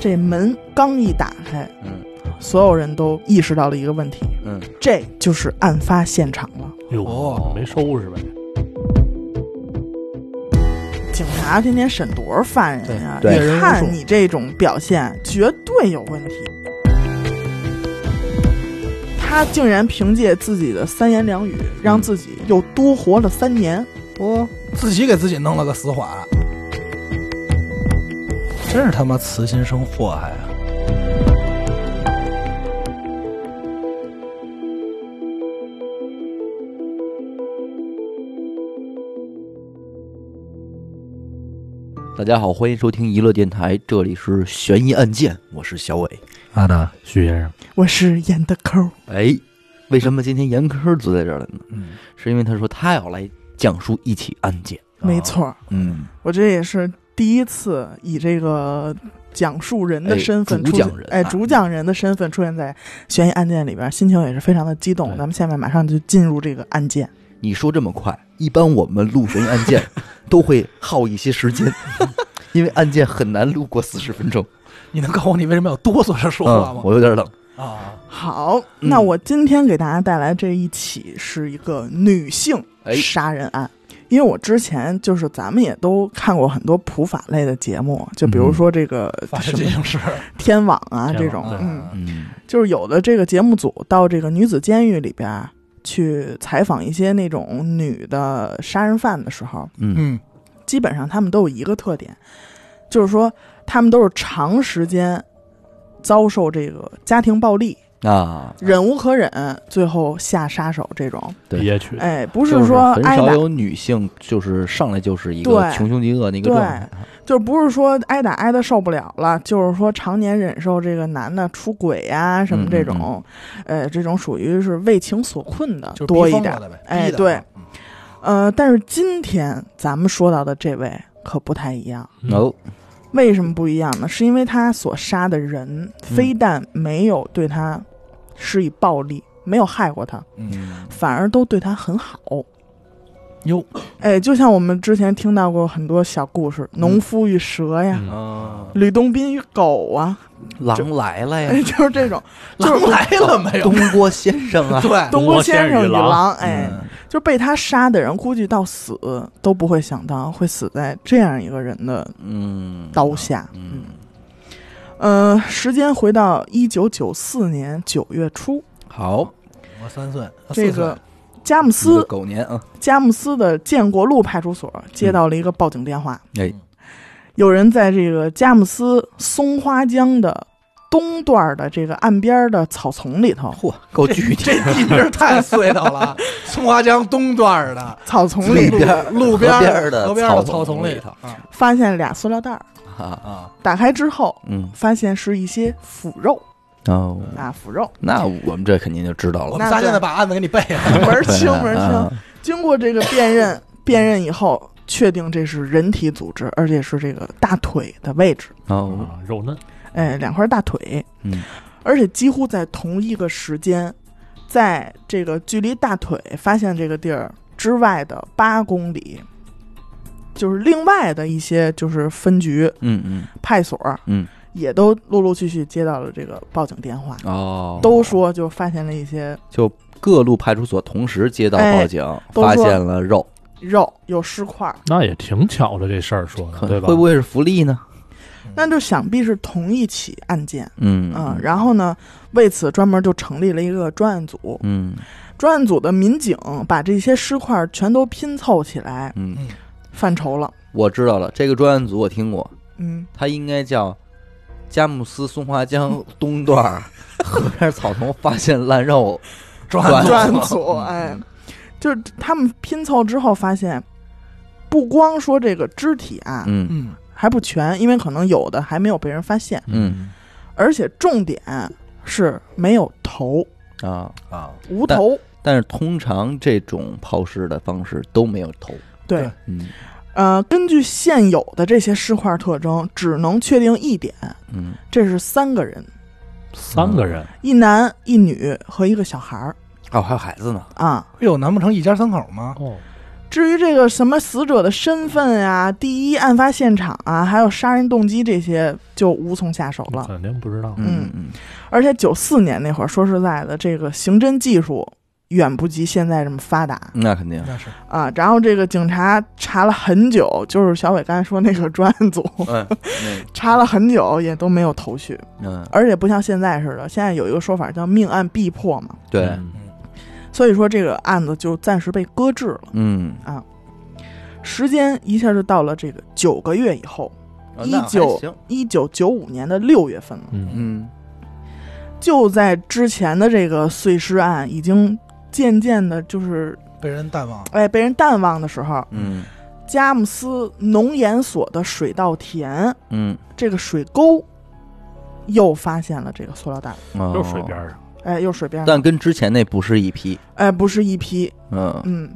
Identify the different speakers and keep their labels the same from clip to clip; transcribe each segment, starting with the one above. Speaker 1: 这门刚一打开，
Speaker 2: 嗯
Speaker 1: 所有人都意识到了一个问题，
Speaker 2: 嗯，
Speaker 1: 这就是案发现场了。
Speaker 3: 哟，
Speaker 2: 哦
Speaker 3: 没收拾呗？
Speaker 1: 警察天天审多少犯人呀、
Speaker 2: 对对
Speaker 1: 一看你这种表现，绝对有问题。他竟然凭借自己的三言两语，让
Speaker 2: 嗯
Speaker 1: 自己又多活了三年。
Speaker 2: 哦，
Speaker 4: 自己给自己弄了个死缓，真是他妈慈心生祸害啊！
Speaker 2: 大家好，欢迎收听娱乐电台，这里是悬疑案件，我是小伟。
Speaker 4: 阿达，
Speaker 3: 徐先生，
Speaker 1: 我是严的抠，
Speaker 2: 哎，为什么今天严科坐在这儿了呢？
Speaker 4: 嗯，
Speaker 2: 是因为他说他要来讲述一起案件。
Speaker 1: 没错儿，
Speaker 2: 嗯，
Speaker 1: 我这也是第一次以这个讲述人的
Speaker 2: 哎
Speaker 1: 身份
Speaker 2: 主
Speaker 1: 出现
Speaker 2: 讲人
Speaker 1: 哎，
Speaker 2: 啊
Speaker 1: 主讲人的身份出现在悬疑案件里边，心情也是非常的激动。
Speaker 3: 对
Speaker 1: 咱们下面马上就进入这个案件。
Speaker 2: 你说这么快，一般我们录悬疑案 件都会耗一些时间， 因为案件很难录过四十分钟。
Speaker 4: 你能告诉我你为什么要哆嗦着说话
Speaker 2: 嗯，
Speaker 4: 吗？
Speaker 2: 我有点冷。
Speaker 4: 啊，
Speaker 1: 好，
Speaker 2: 嗯
Speaker 1: 那我今天给大家带来这一起是一个女性
Speaker 2: 哎
Speaker 1: 杀人案，因为我之前就是咱们也都看过很多普法类的节目，就比
Speaker 2: 嗯
Speaker 1: 如说这个
Speaker 4: 发生
Speaker 1: 什
Speaker 4: 这
Speaker 1: 么
Speaker 4: 种事儿，
Speaker 1: 天网啊
Speaker 3: 天网
Speaker 1: 这种
Speaker 3: 对，
Speaker 1: 嗯，
Speaker 2: 嗯
Speaker 1: 就是有的这个节目组到这个女子监狱里边儿去采访一些那种女的杀人犯的时候，
Speaker 2: 嗯
Speaker 4: 嗯，
Speaker 1: 基本上他们都有一个特点，就是说他们都是长时间遭受这个家庭暴力。
Speaker 2: 啊，
Speaker 1: 忍无可忍，最后下杀手这种，
Speaker 2: 对
Speaker 3: 憋屈，
Speaker 1: 哎，不
Speaker 2: 就是
Speaker 1: 说
Speaker 2: 很
Speaker 1: 挨
Speaker 2: 少
Speaker 1: 打，
Speaker 2: 有女性就是上来就是一个
Speaker 1: 对
Speaker 2: 穷凶极恶的一个
Speaker 1: 对
Speaker 2: 状态。
Speaker 1: 就不是说挨打挨的受不了了，就是说常年忍受这个男的出轨呀、什么这种，呃，这种属于是为情所困的
Speaker 4: 嗯就是
Speaker 1: 多
Speaker 4: 逼
Speaker 1: 一
Speaker 4: 疯
Speaker 1: 点
Speaker 4: 了。的呗，
Speaker 1: 哎
Speaker 4: 逼的
Speaker 1: 对
Speaker 4: 啊，嗯
Speaker 1: 呃，但是今天咱们说到的这位可不太一样，
Speaker 3: 嗯
Speaker 2: 哦，
Speaker 1: 为什么不一样呢？是因为他所杀的人非但没有对他施以暴力，没有害过他，
Speaker 2: 嗯
Speaker 1: 反而都对他很好。
Speaker 4: 哟，
Speaker 1: 哎，就像我们之前听到过很多小故事，农夫与蛇呀，
Speaker 3: 嗯
Speaker 2: 啊，
Speaker 1: 吕洞宾与狗啊，
Speaker 2: 狼来了
Speaker 1: 哎，
Speaker 2: 呀，
Speaker 1: 就是这种。
Speaker 4: 嗯狼来了没有
Speaker 2: 东？郭先生 啊，
Speaker 4: 对，
Speaker 1: 东郭先生与
Speaker 3: 东郭先生与
Speaker 1: 狼，
Speaker 3: 狼
Speaker 1: 哎，
Speaker 4: 嗯
Speaker 1: 就被他杀的人，估计到死都不会想到会死在这样一个人的
Speaker 2: 嗯，
Speaker 1: 刀下。
Speaker 2: 嗯，
Speaker 1: 呃，时间回到一九九四年九月初，
Speaker 2: 好，
Speaker 4: 我三岁，
Speaker 1: 这
Speaker 4: 啊四 岁
Speaker 1: 个佳木
Speaker 2: 一个
Speaker 1: 斯
Speaker 2: 狗年啊，
Speaker 1: 佳木斯的建国路派出所接到了一个报警电话，
Speaker 2: 哎，
Speaker 1: 有人在这个佳木斯松花江的东段儿的这个岸边儿的草丛里 头，
Speaker 2: 嚯，够具 体
Speaker 4: 这，地名儿太碎叨 了，松花江东段儿的
Speaker 1: 草丛里
Speaker 2: 路边儿
Speaker 4: 路边
Speaker 2: 边
Speaker 4: 儿
Speaker 2: 的
Speaker 4: 河边儿
Speaker 2: 草
Speaker 4: 的草
Speaker 2: 丛
Speaker 4: 丛
Speaker 2: 里
Speaker 4: 里
Speaker 2: 头嗯
Speaker 4: 啊
Speaker 1: 发现俩塑料袋儿，
Speaker 2: 啊，
Speaker 4: 啊，
Speaker 1: 打开之后
Speaker 2: 嗯，
Speaker 1: 发现是一些腐肉
Speaker 2: 哦，
Speaker 1: 啊，腐肉
Speaker 2: 那我们这肯定就知道
Speaker 4: 我
Speaker 2: 了，
Speaker 4: 们仨现在把案子给你背了，
Speaker 1: 门儿清
Speaker 2: 对啊
Speaker 1: 门儿清。
Speaker 2: 啊
Speaker 1: 经过这个辨认， 辨认以后确定这是人体组织，而且是这个大腿的位置，
Speaker 2: 哦，
Speaker 3: 啊肉嫩，
Speaker 1: 哎，两块大腿，
Speaker 2: 嗯，
Speaker 1: 而且几乎在同一个时间，在这个距离大腿发现这个地儿之外的八公里。就是另外的一些就是分局
Speaker 2: 嗯嗯
Speaker 1: 派出所，
Speaker 2: 嗯，
Speaker 1: 也都陆陆续续接到了这个报警电话，
Speaker 2: 哦，
Speaker 1: 都说就发现了一些
Speaker 2: 就各路派出所同时接到报警，
Speaker 1: 哎都说
Speaker 2: 发现了肉，
Speaker 1: 肉有尸块儿，
Speaker 3: 那也挺巧的这事儿说的，
Speaker 2: 可
Speaker 3: 对吧？
Speaker 2: 会不会是福利呢？
Speaker 1: 那就想必是同一起案件。
Speaker 2: 嗯
Speaker 1: 嗯，然后呢，为此专门就成立了一个专案组。
Speaker 2: 嗯
Speaker 1: 专案组的民警把这些尸块全都拼凑起来，
Speaker 2: 嗯，
Speaker 1: 犯愁了。
Speaker 2: 我知道了，这个专案组我听过，
Speaker 1: 嗯，
Speaker 2: 它应该叫佳木斯松花江东 段儿河边草丛发现烂肉，
Speaker 4: 转
Speaker 1: 专
Speaker 4: 转
Speaker 1: 案组，
Speaker 2: 嗯
Speaker 1: 哎，就是他们拼凑之后发现，不光说这个肢体啊、
Speaker 2: 嗯
Speaker 4: 嗯
Speaker 1: 还不全，因为可能有的还没有被人发现，
Speaker 2: 嗯
Speaker 1: 而且重点是没有头，
Speaker 2: 啊，
Speaker 4: 啊，
Speaker 1: 无头。
Speaker 2: 但是通常这种抛尸的方式都没有头，
Speaker 1: 对
Speaker 4: 对，
Speaker 2: 嗯
Speaker 1: 呃，根据现有的这些尸块特征，只能确定一点，
Speaker 2: 嗯，
Speaker 1: 这是三个人。
Speaker 3: 三个人，
Speaker 1: 一男一女和一个小孩儿
Speaker 2: 哦，还有孩子呢，
Speaker 1: 啊。
Speaker 4: 哎呦，难不成一家三口吗？
Speaker 3: 哦，
Speaker 1: 至于这个什么死者的身份啊、第一案发现场啊，还有杀人动机这些，就无从下手了。
Speaker 3: 肯定不知道。
Speaker 1: 嗯
Speaker 2: 嗯
Speaker 1: 而且九四年那会儿，说实在的，这个刑侦技术远不及现在这么发达
Speaker 2: 嗯，那肯定
Speaker 4: 那是
Speaker 1: 啊。然后这个警察查了很久，就是小伟刚才说那个专案组
Speaker 2: 嗯那
Speaker 1: 查了很久，也都没有头绪。
Speaker 2: 嗯
Speaker 1: 而且不像现在似的，现在有一个说法叫命案必破嘛，
Speaker 2: 对，
Speaker 3: 嗯
Speaker 1: 所以说这个案子就暂时被搁置了。
Speaker 2: 嗯
Speaker 1: 时间一下就到了这个九个月以后，
Speaker 3: 哦
Speaker 2: 啊
Speaker 1: 一
Speaker 2: 那还
Speaker 1: 九
Speaker 2: 行
Speaker 1: 一九九五年的六月份了。
Speaker 3: 嗯，
Speaker 2: 嗯
Speaker 1: 就在之前的这个碎尸案已经渐渐的，就是
Speaker 4: 被人淡忘了。
Speaker 1: 哎被人淡忘的时候，
Speaker 2: 嗯
Speaker 1: 佳木斯农研所的水稻田
Speaker 2: 嗯，
Speaker 1: 这个水沟又发现了这个塑料袋，
Speaker 2: 哦
Speaker 3: 就是水边，儿上，
Speaker 1: 哎，又水边上，
Speaker 2: 但跟之前那不是一批，
Speaker 1: 哎，不是一批，
Speaker 2: 嗯
Speaker 1: 嗯，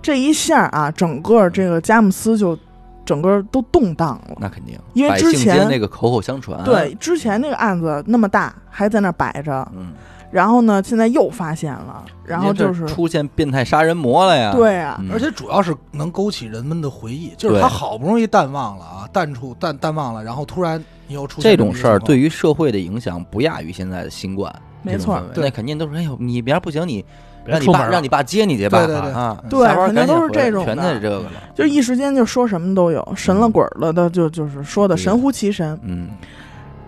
Speaker 1: 这一下啊，整个这个佳木斯就整个都动荡了。
Speaker 2: 那肯定，
Speaker 1: 因为
Speaker 2: 百
Speaker 1: 之
Speaker 2: 姓
Speaker 1: 前
Speaker 2: 间那个口口相传，
Speaker 1: 对，，之前那个案子那么大，还在那儿摆着，
Speaker 2: 嗯，
Speaker 1: 然后呢，现在又发现了，然后
Speaker 2: 人家
Speaker 1: 就
Speaker 2: 这
Speaker 1: 是
Speaker 2: 出现变态杀人魔了呀，
Speaker 1: 对啊，
Speaker 2: 嗯，
Speaker 4: 而且主要是能勾起人们的回忆，就是
Speaker 2: 对
Speaker 4: 他好不容易淡忘了啊，淡出淡淡忘了，然后突然你又出现
Speaker 2: 这种事儿
Speaker 4: 么一个情况
Speaker 2: 对于社会的影响不亚于现在的新冠，
Speaker 1: 没错
Speaker 2: 这种氛围
Speaker 4: 对
Speaker 2: 那肯定都是哎呦，你明儿不行，你
Speaker 3: 别
Speaker 2: 让你
Speaker 3: 出门
Speaker 2: 爸
Speaker 3: 儿
Speaker 2: 让
Speaker 3: 了
Speaker 2: 你。爸接你去吧，
Speaker 4: 对对对
Speaker 2: 啊，
Speaker 1: 对
Speaker 2: 下班儿
Speaker 1: 肯定
Speaker 2: 赶紧
Speaker 1: 都是
Speaker 2: 回来
Speaker 1: 这种
Speaker 2: 全
Speaker 1: 的
Speaker 2: 在这个了，
Speaker 1: 就一时间就说什么都有，神了鬼儿了的，就就是说的
Speaker 2: 嗯对
Speaker 1: 神乎其神。
Speaker 2: 嗯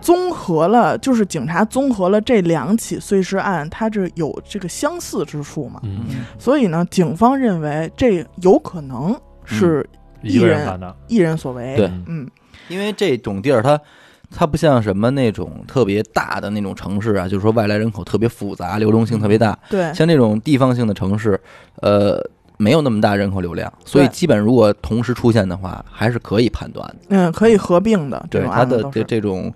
Speaker 1: 综合了，就是警察综合了这两起碎尸案，它这有这个相似之处嘛，
Speaker 3: 嗯，
Speaker 1: 所以呢，警方认为这有可能是
Speaker 3: 一个人干的。
Speaker 1: 一人所为。
Speaker 2: 嗯对
Speaker 3: 嗯
Speaker 1: 嗯，
Speaker 2: 因为这种地儿它。它不像什么那种特别大的那种城市啊，就是说外来人口特别复杂，流动性特别大。
Speaker 1: 对，
Speaker 2: 像这种地方性的城市，呃，没有那么大人口流量，所以
Speaker 1: 对
Speaker 2: 基本如果同时出现的话，还是可以判断的。
Speaker 1: 嗯，可以合并的这
Speaker 2: 对
Speaker 1: 种
Speaker 2: 它
Speaker 1: 案子
Speaker 2: 的
Speaker 1: 都
Speaker 2: 这
Speaker 1: 是。
Speaker 2: 这种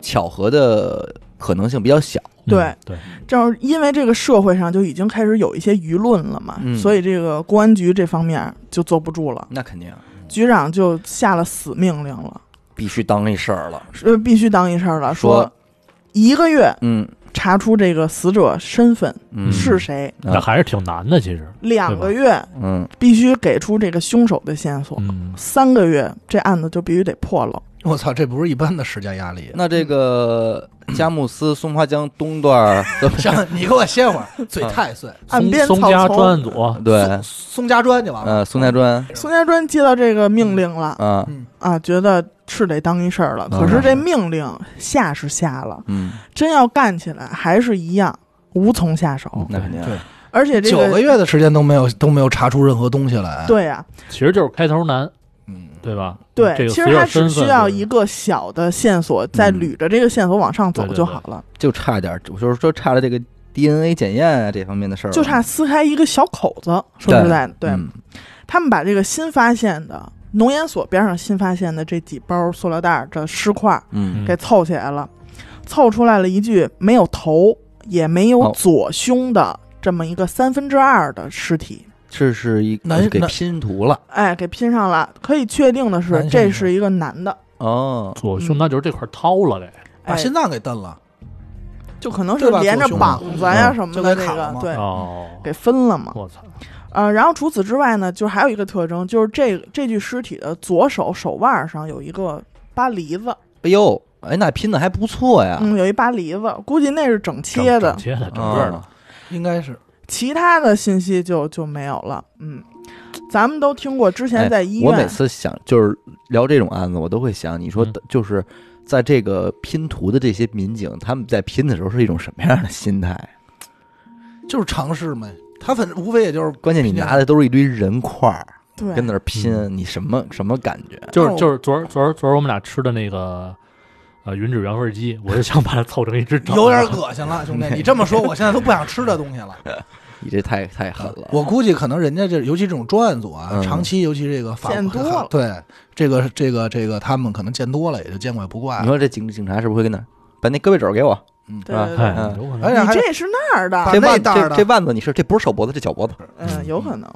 Speaker 2: 巧合的可能性比较小。
Speaker 1: 对
Speaker 3: 嗯对，
Speaker 2: 嗯
Speaker 1: 正是因为这个社会上就已经开始有一些舆论了嘛，
Speaker 2: 嗯
Speaker 1: 所以这个公安局这方面就坐不住了，
Speaker 2: 那肯定啊
Speaker 1: 局长就下了死命令了，
Speaker 2: 必须当那事儿了。
Speaker 1: 是必须当一事儿了，
Speaker 2: 说
Speaker 1: 说一个月
Speaker 2: 嗯
Speaker 1: 查出这个死者身份
Speaker 2: 嗯
Speaker 1: 是谁，
Speaker 2: 啊
Speaker 3: 那还是挺难的，其实。
Speaker 1: 两个月
Speaker 2: 嗯
Speaker 1: 必须给出这个凶手的线索，
Speaker 3: 嗯，
Speaker 1: 三个月这案子就必须得破了。
Speaker 4: 我操，这不是一般的时间压力。啊
Speaker 2: 那这个佳木斯松花江东段儿
Speaker 4: 行，你给我歇会儿，嘴
Speaker 2: 嗯
Speaker 4: 太碎。
Speaker 1: 岸边
Speaker 3: 松
Speaker 1: 草
Speaker 3: 家
Speaker 1: 丛
Speaker 3: 专案组，
Speaker 2: 对
Speaker 4: 松，松家砖就完了。
Speaker 2: 呃，松家砖
Speaker 1: 宋家庄接到这个命令了、
Speaker 2: 啊，
Speaker 4: 嗯，
Speaker 1: 啊，觉得是得当一事儿了，
Speaker 2: 嗯
Speaker 1: 可是这命令下是下了，
Speaker 2: 嗯，
Speaker 1: 真要干起来还是一样无从下手，
Speaker 3: 嗯
Speaker 2: 那肯定啊
Speaker 4: 对
Speaker 1: 而且这
Speaker 4: 九个月的时间都没有都没有查出任何东西来。，啊
Speaker 1: 对呀、
Speaker 3: 其实就是开头难，
Speaker 4: 嗯，
Speaker 3: 对吧？
Speaker 1: 对，
Speaker 3: 这个
Speaker 1: 其
Speaker 3: 死
Speaker 1: 实
Speaker 3: 者
Speaker 1: 他只
Speaker 3: 身
Speaker 1: 需
Speaker 3: 份
Speaker 1: 要
Speaker 3: 就是
Speaker 1: 一个小的线索，再
Speaker 2: 嗯
Speaker 1: 捋着这个线索往上走
Speaker 3: 对对
Speaker 1: 就
Speaker 3: 对
Speaker 1: 好了，
Speaker 2: 就差点儿，我就是说差了这个 DNA 检验啊这方面的事儿了，
Speaker 1: 就差撕开一个小口子。说
Speaker 2: 对
Speaker 1: 实在的，对、
Speaker 2: 嗯
Speaker 1: 他们把这个新发现的农研所边上新发现的这几包塑料袋儿的尸块
Speaker 2: 嗯
Speaker 3: 嗯
Speaker 1: 给凑起来了，凑出来了一具没有头也没有
Speaker 2: 哦
Speaker 1: 左胸的这么一个三分之二的尸体。
Speaker 2: 这是一呃
Speaker 4: 男
Speaker 2: 给
Speaker 4: 男
Speaker 2: 拼图了
Speaker 1: 哎，给拼上了。可以确定的是
Speaker 4: 男，性
Speaker 1: 这
Speaker 4: 是吧
Speaker 1: 是一个男的。
Speaker 2: 哦，
Speaker 3: 左
Speaker 1: 嗯
Speaker 3: 胸那就是这块掏了呗。
Speaker 4: 把
Speaker 1: 哎，
Speaker 4: 心脏给蹬了，
Speaker 1: 就可能是
Speaker 4: 对吧
Speaker 1: 连着
Speaker 4: 左胸
Speaker 1: 膀子呀
Speaker 2: 嗯
Speaker 1: 什么
Speaker 4: 就
Speaker 1: 的
Speaker 4: 给
Speaker 1: 那
Speaker 4: 砍了
Speaker 1: 个，
Speaker 4: 嘛
Speaker 1: 对，
Speaker 3: 哦，
Speaker 1: 给分了嘛。
Speaker 3: 我操！
Speaker 1: 呃，然后除此之外呢，就是还有一个特征，就是这这具尸体的左手手腕上有一个巴黎子，
Speaker 2: 哎呦，哎，那拼的还不错呀，
Speaker 1: 嗯，有一巴黎子，估计那是整
Speaker 3: 整
Speaker 1: 切的嗯
Speaker 3: 整，切的，整个的。
Speaker 2: 啊，
Speaker 4: 应该是
Speaker 1: 其他的信息就就没有了。嗯，咱们都听过之前
Speaker 2: 哎
Speaker 1: 在医
Speaker 2: 我每
Speaker 1: 院，
Speaker 2: 次想就是聊这种案子，我都会想，你说
Speaker 3: 嗯
Speaker 2: 就是在这个拼图的这些民警，他们在拼的时候是一种什么样的心态？
Speaker 4: 就是尝试呗。他反正无非也就是
Speaker 2: 关键你拿的都是一堆人块儿，
Speaker 1: 啊对，
Speaker 2: 跟那儿拼，你什么什么感觉？
Speaker 3: 就是就是昨儿昨儿昨儿我们俩吃的那个呃云指原味鸡，我就想把它凑成一只掌。
Speaker 4: 有点恶心了，兄 弟，你这么说，我现在都不想吃这东西了。
Speaker 2: 你这太太狠
Speaker 1: 呃
Speaker 2: 了。
Speaker 4: 啊我估计可能人家这，尤其这种专案组啊，
Speaker 2: 嗯
Speaker 4: 长期，尤其这个法
Speaker 1: 见多了
Speaker 4: 对这个这个这个，他们可能见多了，也就见怪不怪
Speaker 2: 你
Speaker 4: 了。
Speaker 2: 说这警警察是不是会跟那儿把那胳膊肘给我？
Speaker 1: 对
Speaker 2: 啊
Speaker 1: 对对，
Speaker 3: 哎，有可能
Speaker 4: 而且
Speaker 1: 你
Speaker 4: 还
Speaker 1: 这是那儿的
Speaker 4: 把，
Speaker 2: 这
Speaker 4: 那
Speaker 2: 腕
Speaker 4: 袋儿
Speaker 2: 这
Speaker 4: 的
Speaker 2: 这腕子你是这不是手脖子，这脚脖子。
Speaker 1: 嗯，
Speaker 2: 嗯
Speaker 1: 有可能。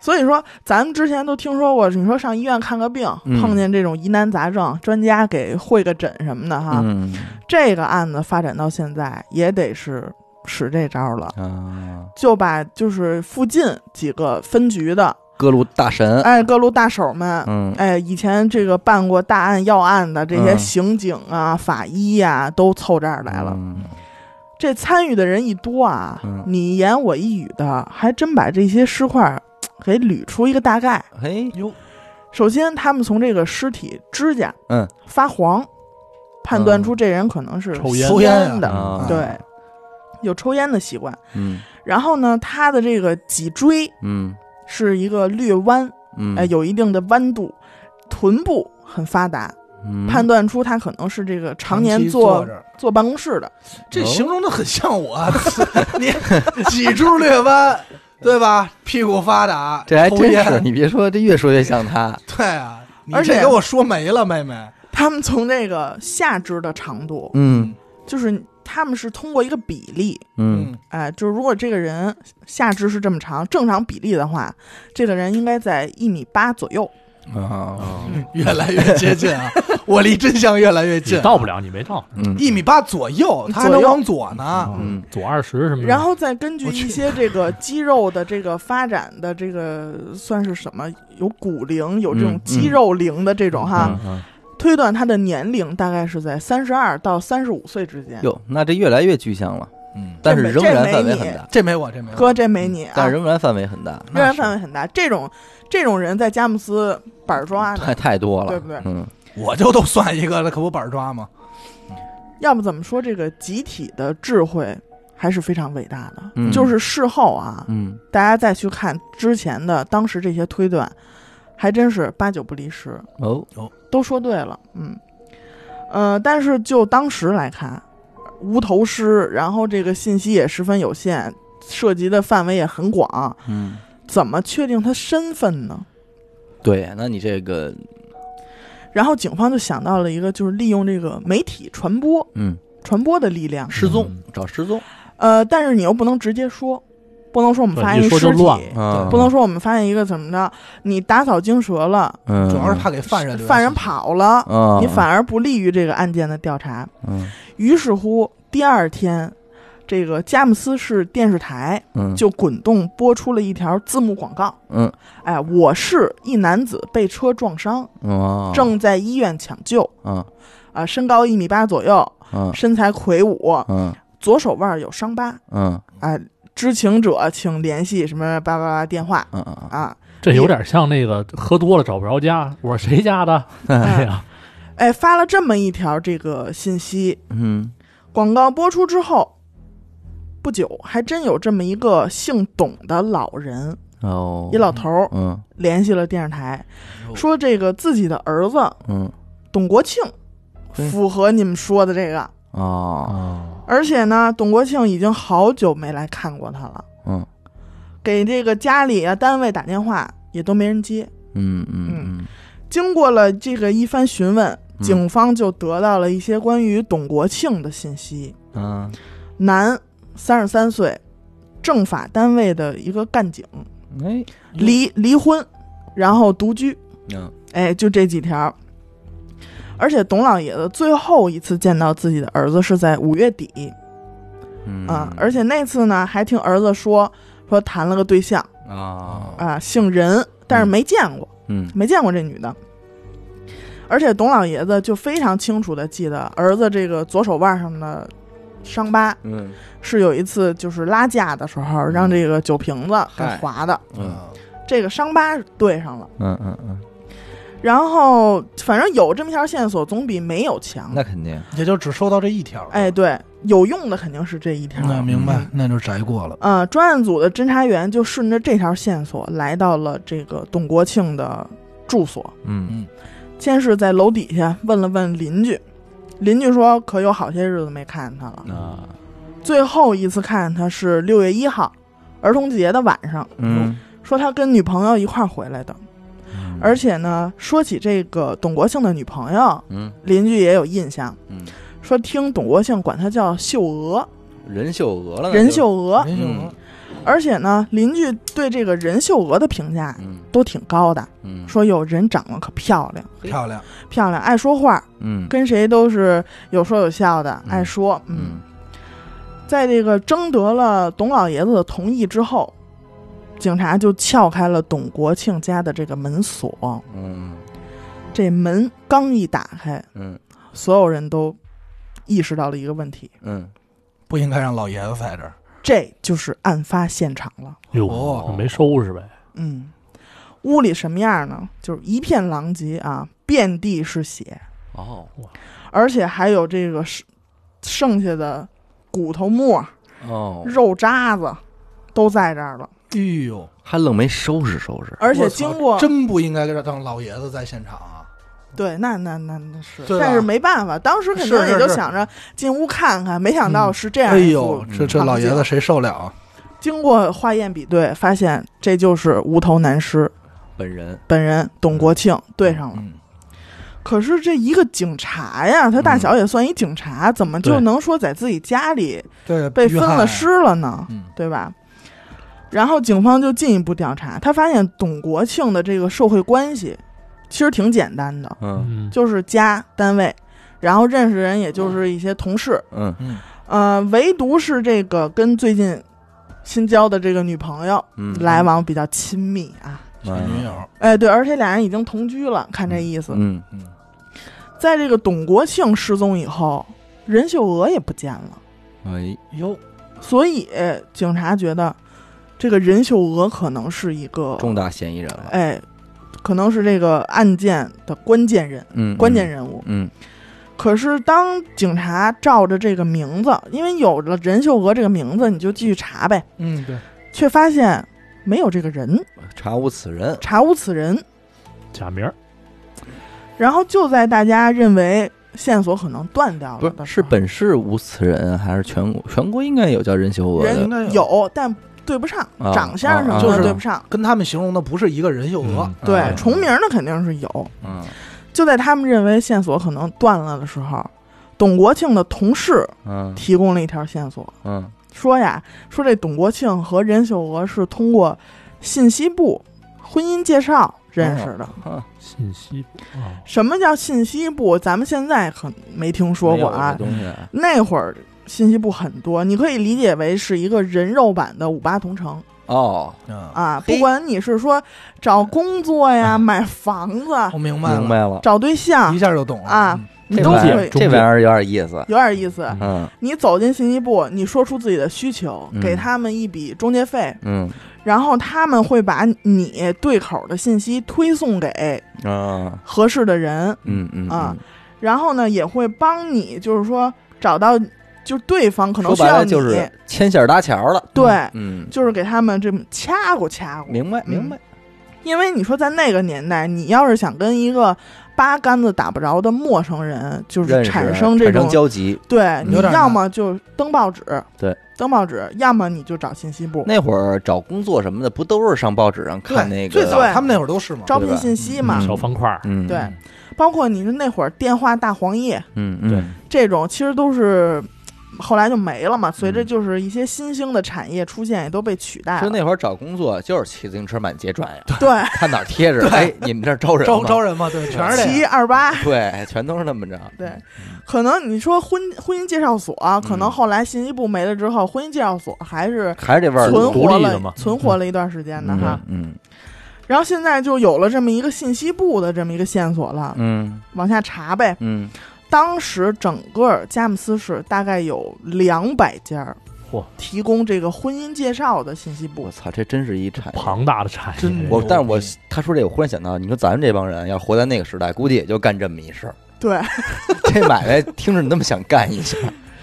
Speaker 1: 所以说，咱们之前都听说过，你说上医院看个病，
Speaker 2: 嗯
Speaker 1: 碰见这种疑难杂症，专家给会个诊什么的哈。
Speaker 2: 嗯，
Speaker 1: 这个案子发展到现在也得是使这招了，
Speaker 2: 啊，
Speaker 1: 就把就是附近几个分局的
Speaker 2: 各路大神，
Speaker 1: 哎各路大手们，
Speaker 2: 嗯，
Speaker 1: 哎以前这个办过大案要案的这些
Speaker 2: 嗯
Speaker 1: 刑警啊、法医呀、都凑这儿来了。
Speaker 2: 嗯
Speaker 1: 这参与的人一多啊，
Speaker 2: 嗯
Speaker 1: 你一言我一语的，还真把这些尸块儿给捋出一个大概。
Speaker 2: 嘿，
Speaker 3: 哟，
Speaker 1: 首先，他们从这个尸体指甲
Speaker 2: 嗯
Speaker 1: 发黄，判断出这人可能是
Speaker 3: 抽
Speaker 4: 嗯
Speaker 3: 烟
Speaker 4: 抽烟
Speaker 1: 的，
Speaker 2: 啊，
Speaker 1: 对，有抽烟的习惯。
Speaker 2: 嗯
Speaker 1: 然后呢，他的这个脊椎
Speaker 2: 嗯
Speaker 1: 是一个略弯，
Speaker 2: 嗯，
Speaker 1: 哎，有一定的弯度，臀部很发达，
Speaker 2: 嗯
Speaker 1: 判断出他可能是这个常
Speaker 4: 长
Speaker 1: 年
Speaker 4: 期坐
Speaker 1: 坐
Speaker 4: 着，
Speaker 1: 坐办公室的。
Speaker 4: 这形容的很像我，啊你脊柱略弯，对吧？屁股发达，
Speaker 2: 这还
Speaker 4: 抽
Speaker 2: 真是，
Speaker 4: 烟
Speaker 2: 你别说，这越说越像 他。
Speaker 4: 对啊，你
Speaker 1: 而且
Speaker 4: 这给我说没了，妹妹，
Speaker 1: 他们从这个下肢的长度，
Speaker 2: 嗯
Speaker 1: 就是他们是通过一个比例，
Speaker 2: 嗯，
Speaker 1: 哎，就是如果这个人下肢是这么长，正常比例的话，这个人应该在一米八左右。
Speaker 2: 啊，
Speaker 4: 嗯，越来越接近 啊，我离真相越来越
Speaker 3: 你
Speaker 4: 近，
Speaker 3: 到不了，你没到，
Speaker 2: 嗯
Speaker 4: 一米八左右，他还
Speaker 1: 左
Speaker 4: 能
Speaker 1: 右
Speaker 4: 往左呢，
Speaker 2: 嗯
Speaker 3: 左二十什么的，
Speaker 1: 然后再根据
Speaker 4: 我去
Speaker 1: 一些这个肌肉的这个发展的这个算是什么，有骨龄，有这种
Speaker 2: 嗯
Speaker 1: 肌肉龄的这种哈，
Speaker 3: 嗯，嗯
Speaker 1: 推断他的年龄大概是在三十二到三十五岁之间。
Speaker 2: 哟，那这越来越具象了，
Speaker 4: 嗯，
Speaker 2: 但是
Speaker 1: 这没
Speaker 2: 仍然
Speaker 1: 这
Speaker 2: 范围
Speaker 1: 没
Speaker 2: 很
Speaker 1: 你
Speaker 2: 大，嗯
Speaker 4: 这没我，这没我，
Speaker 1: 哥，这没你啊，
Speaker 2: 但
Speaker 1: 仍
Speaker 2: 仍然范围很大，
Speaker 1: 然范围很大。这种这种人在佳木斯板儿抓的，
Speaker 2: 太太多了，
Speaker 1: 对不对
Speaker 2: 嗯
Speaker 4: 我就都算一个了，可不板儿抓吗？
Speaker 1: 要不怎么说这个集体的智慧还是非常伟大的。
Speaker 2: 嗯
Speaker 1: 就是事后啊，
Speaker 2: 嗯
Speaker 1: 大家再去看之前的当时这些推断，还真是八九不离十，
Speaker 2: 哦，
Speaker 1: 都说对了。嗯，呃，但是就当时来看，无头尸，然后这个信息也十分有限，涉及的范围也很广，
Speaker 2: 嗯，
Speaker 1: 怎么确定他身份呢？
Speaker 2: 对，那你这个，
Speaker 1: 然后警方就想到了一个，就是利用这个媒体传播
Speaker 2: 嗯，
Speaker 1: 传播的力量。
Speaker 2: 失踪
Speaker 3: 嗯
Speaker 2: 找失踪
Speaker 1: 呃，但是你又不能直接说，不能说我们
Speaker 3: 对
Speaker 1: 发
Speaker 3: 一
Speaker 1: 现
Speaker 3: 说就
Speaker 1: 尸体，
Speaker 3: 乱
Speaker 2: 啊
Speaker 1: 不能说我们发现一个怎么着，你打草惊蛇了，
Speaker 2: 嗯，
Speaker 4: 主要是怕给犯人留下
Speaker 1: 呃犯人
Speaker 4: 信息，嗯
Speaker 1: 跑了，
Speaker 2: 啊，
Speaker 1: 你反而不利于这个案件的调查。
Speaker 2: 嗯
Speaker 1: 于是乎，第二天，这个佳木斯市电视台
Speaker 2: 嗯
Speaker 1: 就滚动播出了一条字幕广告。
Speaker 2: 嗯
Speaker 1: 哎，我市一男子被车撞伤，
Speaker 4: 嗯
Speaker 2: 哦
Speaker 1: 正在医院抢救，
Speaker 2: 啊
Speaker 1: 啊、身高一米八左右，
Speaker 4: 嗯
Speaker 2: 啊
Speaker 1: 身材魁梧，
Speaker 2: 嗯
Speaker 1: 左手腕有伤疤，
Speaker 2: 嗯
Speaker 1: 啊、知情者请联系什么叭叭叭电话
Speaker 2: 嗯啊
Speaker 1: 啊。
Speaker 3: 这有点像那个喝多了找不着家，我是谁家的？
Speaker 1: 嗯
Speaker 3: 哎呀，
Speaker 1: 哎，发了这么一条这个信息，
Speaker 2: 嗯
Speaker 1: 广告播出之后不久，还真有这么一个姓董的老人，
Speaker 2: 哦
Speaker 1: 一老头儿
Speaker 2: 嗯哎
Speaker 1: 联系了电视台，
Speaker 4: 哦
Speaker 1: 说这个自己的儿子
Speaker 2: 嗯
Speaker 1: 董国庆
Speaker 2: 对
Speaker 1: 符合你们说的这个，
Speaker 2: 哦
Speaker 3: 哦，
Speaker 1: 而且呢，董国庆已经好久没来看过他了，
Speaker 2: 嗯
Speaker 1: 给这个家里啊单位打电话也都没人接。
Speaker 2: 嗯嗯
Speaker 1: 经过了这个一番询问，
Speaker 2: 嗯
Speaker 1: 警方就得到了一些关于董国庆的信息。
Speaker 2: 嗯嗯
Speaker 1: 男，三十三岁，政法单位的一个干警，
Speaker 2: 哎
Speaker 1: 离离婚，然后独居。
Speaker 2: 嗯
Speaker 1: 哎，就这几条。而且董老爷子最后一次见到自己的儿子是在五月底
Speaker 2: 嗯
Speaker 1: 啊，而且那次呢还听儿子说说谈了个对象
Speaker 2: 啊
Speaker 1: 啊，姓任，但是没见过。
Speaker 2: 嗯
Speaker 1: 没见过这女的。而且董老爷子就非常清楚的记得儿子这个左手腕上的伤疤
Speaker 2: 嗯
Speaker 1: 是有一次就是拉架的时候让这个酒瓶子给
Speaker 2: 嗨
Speaker 1: 划的，
Speaker 2: 嗯
Speaker 4: 嗯，
Speaker 1: 这个伤疤对上了。
Speaker 2: 嗯嗯嗯，
Speaker 1: 然后反正有这么条线索总比没有强
Speaker 2: 那。肯定
Speaker 4: 也就只收到这一条，
Speaker 1: 哎，，对，有用的肯定是这一条。
Speaker 4: 那明白
Speaker 1: 嗯，
Speaker 4: 那就摘过了。
Speaker 1: 呃，专案组的侦查员就顺着这条线索来到了这个董国庆的住所。
Speaker 2: 嗯
Speaker 1: 先是在楼底下问了问邻居，邻居说可有好些日子没看见他了，
Speaker 2: 啊
Speaker 1: 最后一次看见他是六月一号，儿童节的晚上，
Speaker 2: 嗯，
Speaker 1: 说他跟女朋友一块儿回来的，而且呢，说起这个董国庆的女朋友，
Speaker 2: 嗯
Speaker 1: 邻居也有印象，
Speaker 2: 嗯
Speaker 1: 说听董国庆管她叫秀娥，
Speaker 2: 人秀娥了
Speaker 1: 任秀娥，
Speaker 4: 没什么
Speaker 2: 嗯
Speaker 1: 而且呢，邻居对这个任秀娥的评价
Speaker 2: 嗯
Speaker 1: 都挺高的，
Speaker 2: 嗯
Speaker 1: 说有人长得可漂亮，
Speaker 4: 漂亮，
Speaker 1: 漂亮，爱说话，
Speaker 2: 嗯
Speaker 1: 跟谁都是有说有笑的，
Speaker 2: 嗯
Speaker 1: 爱说，嗯。
Speaker 2: 嗯
Speaker 1: 在这个征得了董老爷子的同意之后，警察就撬开了董国庆家的这个门锁。
Speaker 2: 嗯
Speaker 1: 这门刚一打开，
Speaker 2: 嗯
Speaker 1: 所有人都意识到了一个问题，
Speaker 2: 嗯，
Speaker 4: 不应该让老爷子在这儿。
Speaker 1: 这就是案发现场了。
Speaker 3: 哟
Speaker 4: 哦，
Speaker 3: 哎没收拾呗，
Speaker 1: 嗯，屋里什么样呢？就是一片狼藉啊，遍地是血，
Speaker 2: 哦
Speaker 1: 而且还有这个剩剩下的骨头沫、
Speaker 2: 哦，
Speaker 1: 肉渣子都在这儿了。
Speaker 4: 哎呦，
Speaker 2: 还愣没收拾收拾，
Speaker 1: 而且
Speaker 4: 我操
Speaker 1: 经过
Speaker 4: 真不应该让老爷子在现场啊！
Speaker 1: 对，那那那那是，
Speaker 4: 对吧
Speaker 1: 但是没办法，当时肯定
Speaker 4: 是是
Speaker 1: 也就是想着进屋看看，没想到
Speaker 4: 嗯
Speaker 1: 是这样
Speaker 4: 哎
Speaker 1: 一嗯
Speaker 4: 呦
Speaker 1: 幅。，
Speaker 4: 这这老爷子谁受了啊？
Speaker 1: 经过化验比对，发现这就是无头男尸
Speaker 2: 本人
Speaker 1: 本人董国庆对上了。
Speaker 4: 嗯，
Speaker 1: 可是这一个警察呀，他大小也算一警察，怎么就
Speaker 3: 对
Speaker 1: 能说在自己家里
Speaker 4: 对，
Speaker 1: 被
Speaker 4: 遇
Speaker 1: 分
Speaker 4: 害
Speaker 1: 了尸了呢？
Speaker 4: 嗯，
Speaker 1: 对吧？然后警方就进一步调查，他发现董国庆的这个社会关系其实挺简单的，
Speaker 2: 嗯
Speaker 3: 嗯，
Speaker 1: 就是家单位，然后认识人也就是一些同事，
Speaker 2: 嗯
Speaker 4: 嗯，
Speaker 1: 呃，唯独是这个跟最近新交的这个女朋友
Speaker 2: 嗯
Speaker 1: 来往比较亲密啊。
Speaker 4: 前女友，
Speaker 1: 哎，对，而且俩人已经同居了，看这意思。
Speaker 2: 嗯
Speaker 4: 嗯，
Speaker 1: 在这个董国庆失踪以后，任秀娥也不见了，
Speaker 2: 哎
Speaker 4: 哟，
Speaker 1: 所以呃警察觉得这个任秀娥可能是一个
Speaker 2: 重大嫌疑人了，
Speaker 1: 哎，可能是这个案件的关键人、
Speaker 2: 嗯
Speaker 1: 关键人物。
Speaker 2: 嗯
Speaker 1: 可是当警察照着这个名字，因为有了任秀娥这个名字，你就继续查呗，
Speaker 4: 嗯，对，
Speaker 1: 却发现没有这个人，
Speaker 2: 嗯查无此人，
Speaker 1: 查无此人。
Speaker 3: 假名儿，
Speaker 1: 然后就在大家认为线索可能断掉了
Speaker 2: 不是
Speaker 1: 的
Speaker 2: 是
Speaker 1: 时候，
Speaker 2: 本市无此人，还是全国全国应该有叫任秀娥
Speaker 1: 人
Speaker 2: 的
Speaker 4: 应该有
Speaker 1: 有，但对不上，
Speaker 2: 啊
Speaker 1: 长相什
Speaker 2: 啊
Speaker 1: 么
Speaker 4: 就
Speaker 1: 的
Speaker 4: 是
Speaker 1: 对不上。
Speaker 4: 跟他们形容的不是一个人秀娥
Speaker 3: 嗯，
Speaker 1: 对，
Speaker 2: 啊
Speaker 1: 重名的肯定是有。
Speaker 2: 嗯
Speaker 1: 就在他们认为线索可能断了的时候，董国庆的同事
Speaker 2: 嗯
Speaker 1: 提供了一条线索，
Speaker 2: 嗯
Speaker 1: 说呀，说这董国庆和任秀娥是通过信息部婚姻介绍认识的。
Speaker 2: 嗯，
Speaker 3: 信息不啊，
Speaker 1: 什么叫信息部？咱们现在可没听说过啊。
Speaker 2: 没有这东西啊，
Speaker 1: 那会儿信息部很多，你可以理解为是一个人肉版的五八同城
Speaker 2: 哦，
Speaker 4: 嗯，
Speaker 1: 啊。
Speaker 2: 嘿啊
Speaker 1: 不管你是说找工作呀、买房子、
Speaker 2: 哦
Speaker 4: 我明白
Speaker 2: 明
Speaker 4: 了，
Speaker 2: 白了，
Speaker 1: 找对象
Speaker 4: 一，下就懂了
Speaker 1: 啊
Speaker 4: 嗯
Speaker 1: 你
Speaker 2: 这
Speaker 1: 都
Speaker 2: 玩意
Speaker 1: 可
Speaker 2: 儿
Speaker 1: 以
Speaker 3: 中
Speaker 2: 这玩意儿有点意思，
Speaker 1: 有点意思。
Speaker 2: 嗯
Speaker 1: 你走进信息部，你说出自己的需求，
Speaker 2: 嗯
Speaker 1: 给他们一笔中介费，
Speaker 2: 嗯
Speaker 1: 然后他们会把你对口的信息推送给
Speaker 2: 啊
Speaker 1: 合适的人，
Speaker 2: 嗯嗯
Speaker 1: 啊，然后呢也会帮你，就是说找到就是对方可
Speaker 2: 嗯说
Speaker 1: 能需
Speaker 2: 白
Speaker 1: 要
Speaker 2: 了
Speaker 1: 你，
Speaker 2: 就是牵线搭桥了，
Speaker 1: 对，
Speaker 2: 嗯，
Speaker 1: 就是嗯给他们这么掐过掐过。
Speaker 2: 明白明白，
Speaker 1: 因为你说在那个年代，你要是想跟一个八竿子打不着的陌生人，就是
Speaker 2: 认识
Speaker 1: 产生这
Speaker 2: 产
Speaker 1: 种
Speaker 2: 生交集，
Speaker 1: 对，你
Speaker 4: 有点
Speaker 1: 要
Speaker 4: 难
Speaker 1: 么就登报纸，
Speaker 2: 对，
Speaker 1: 登报纸，要么你就找信息部。
Speaker 2: 那会儿找工作什么的，不都是上报纸上看那
Speaker 4: 对
Speaker 2: 个？
Speaker 4: 最早
Speaker 1: 对
Speaker 4: 他们那会儿都是嘛，
Speaker 1: 招
Speaker 2: 对
Speaker 1: 聘
Speaker 2: 吧
Speaker 1: 信息嘛，
Speaker 3: 小方块儿，
Speaker 2: 嗯，
Speaker 1: 对包括你说那会儿电话大黄页
Speaker 2: 嗯嗯，
Speaker 1: 这种，其实都是后来就没了嘛。随着
Speaker 2: 嗯
Speaker 1: 就是一些新兴的产业出现，也都被取代
Speaker 2: 说
Speaker 1: 了。
Speaker 2: 那会儿找工作就是骑自行车满街转呀，
Speaker 1: 对，
Speaker 2: 看哪儿贴着，哎，你们这儿招人
Speaker 4: 招
Speaker 2: 吗
Speaker 4: 招人嘛，对，全是这
Speaker 1: 七
Speaker 4: 个，
Speaker 1: 二八，
Speaker 2: 对，全都是那么着。
Speaker 1: 对，可能你说婚婚姻介绍所、可能
Speaker 2: 嗯
Speaker 1: 后来信息部没了之后，婚姻介绍所还是
Speaker 2: 还是这味儿，
Speaker 1: 存
Speaker 3: 独
Speaker 1: 活
Speaker 3: 立的
Speaker 1: 了
Speaker 3: 嘛
Speaker 1: 存活了一段时间的哈。
Speaker 2: 嗯
Speaker 1: 然后现在就有了这么一个信息部的这么一个线索了，
Speaker 2: 嗯
Speaker 1: 往下查呗。
Speaker 2: 嗯，
Speaker 1: 当时整个佳木斯市大概有两百家儿
Speaker 3: 嚯
Speaker 1: 提供这个婚姻介绍的信息部
Speaker 2: 我，操，这真是一产业。
Speaker 3: 庞大的产业，
Speaker 4: 真
Speaker 2: 我，
Speaker 4: 牛
Speaker 2: 但是我
Speaker 4: 逼
Speaker 2: 他说这，我忽然想到，你说咱们这帮人要是活在那个时代，估计也就干这么一事 儿。
Speaker 1: 对，
Speaker 2: 这买卖听着你那么想 干一下，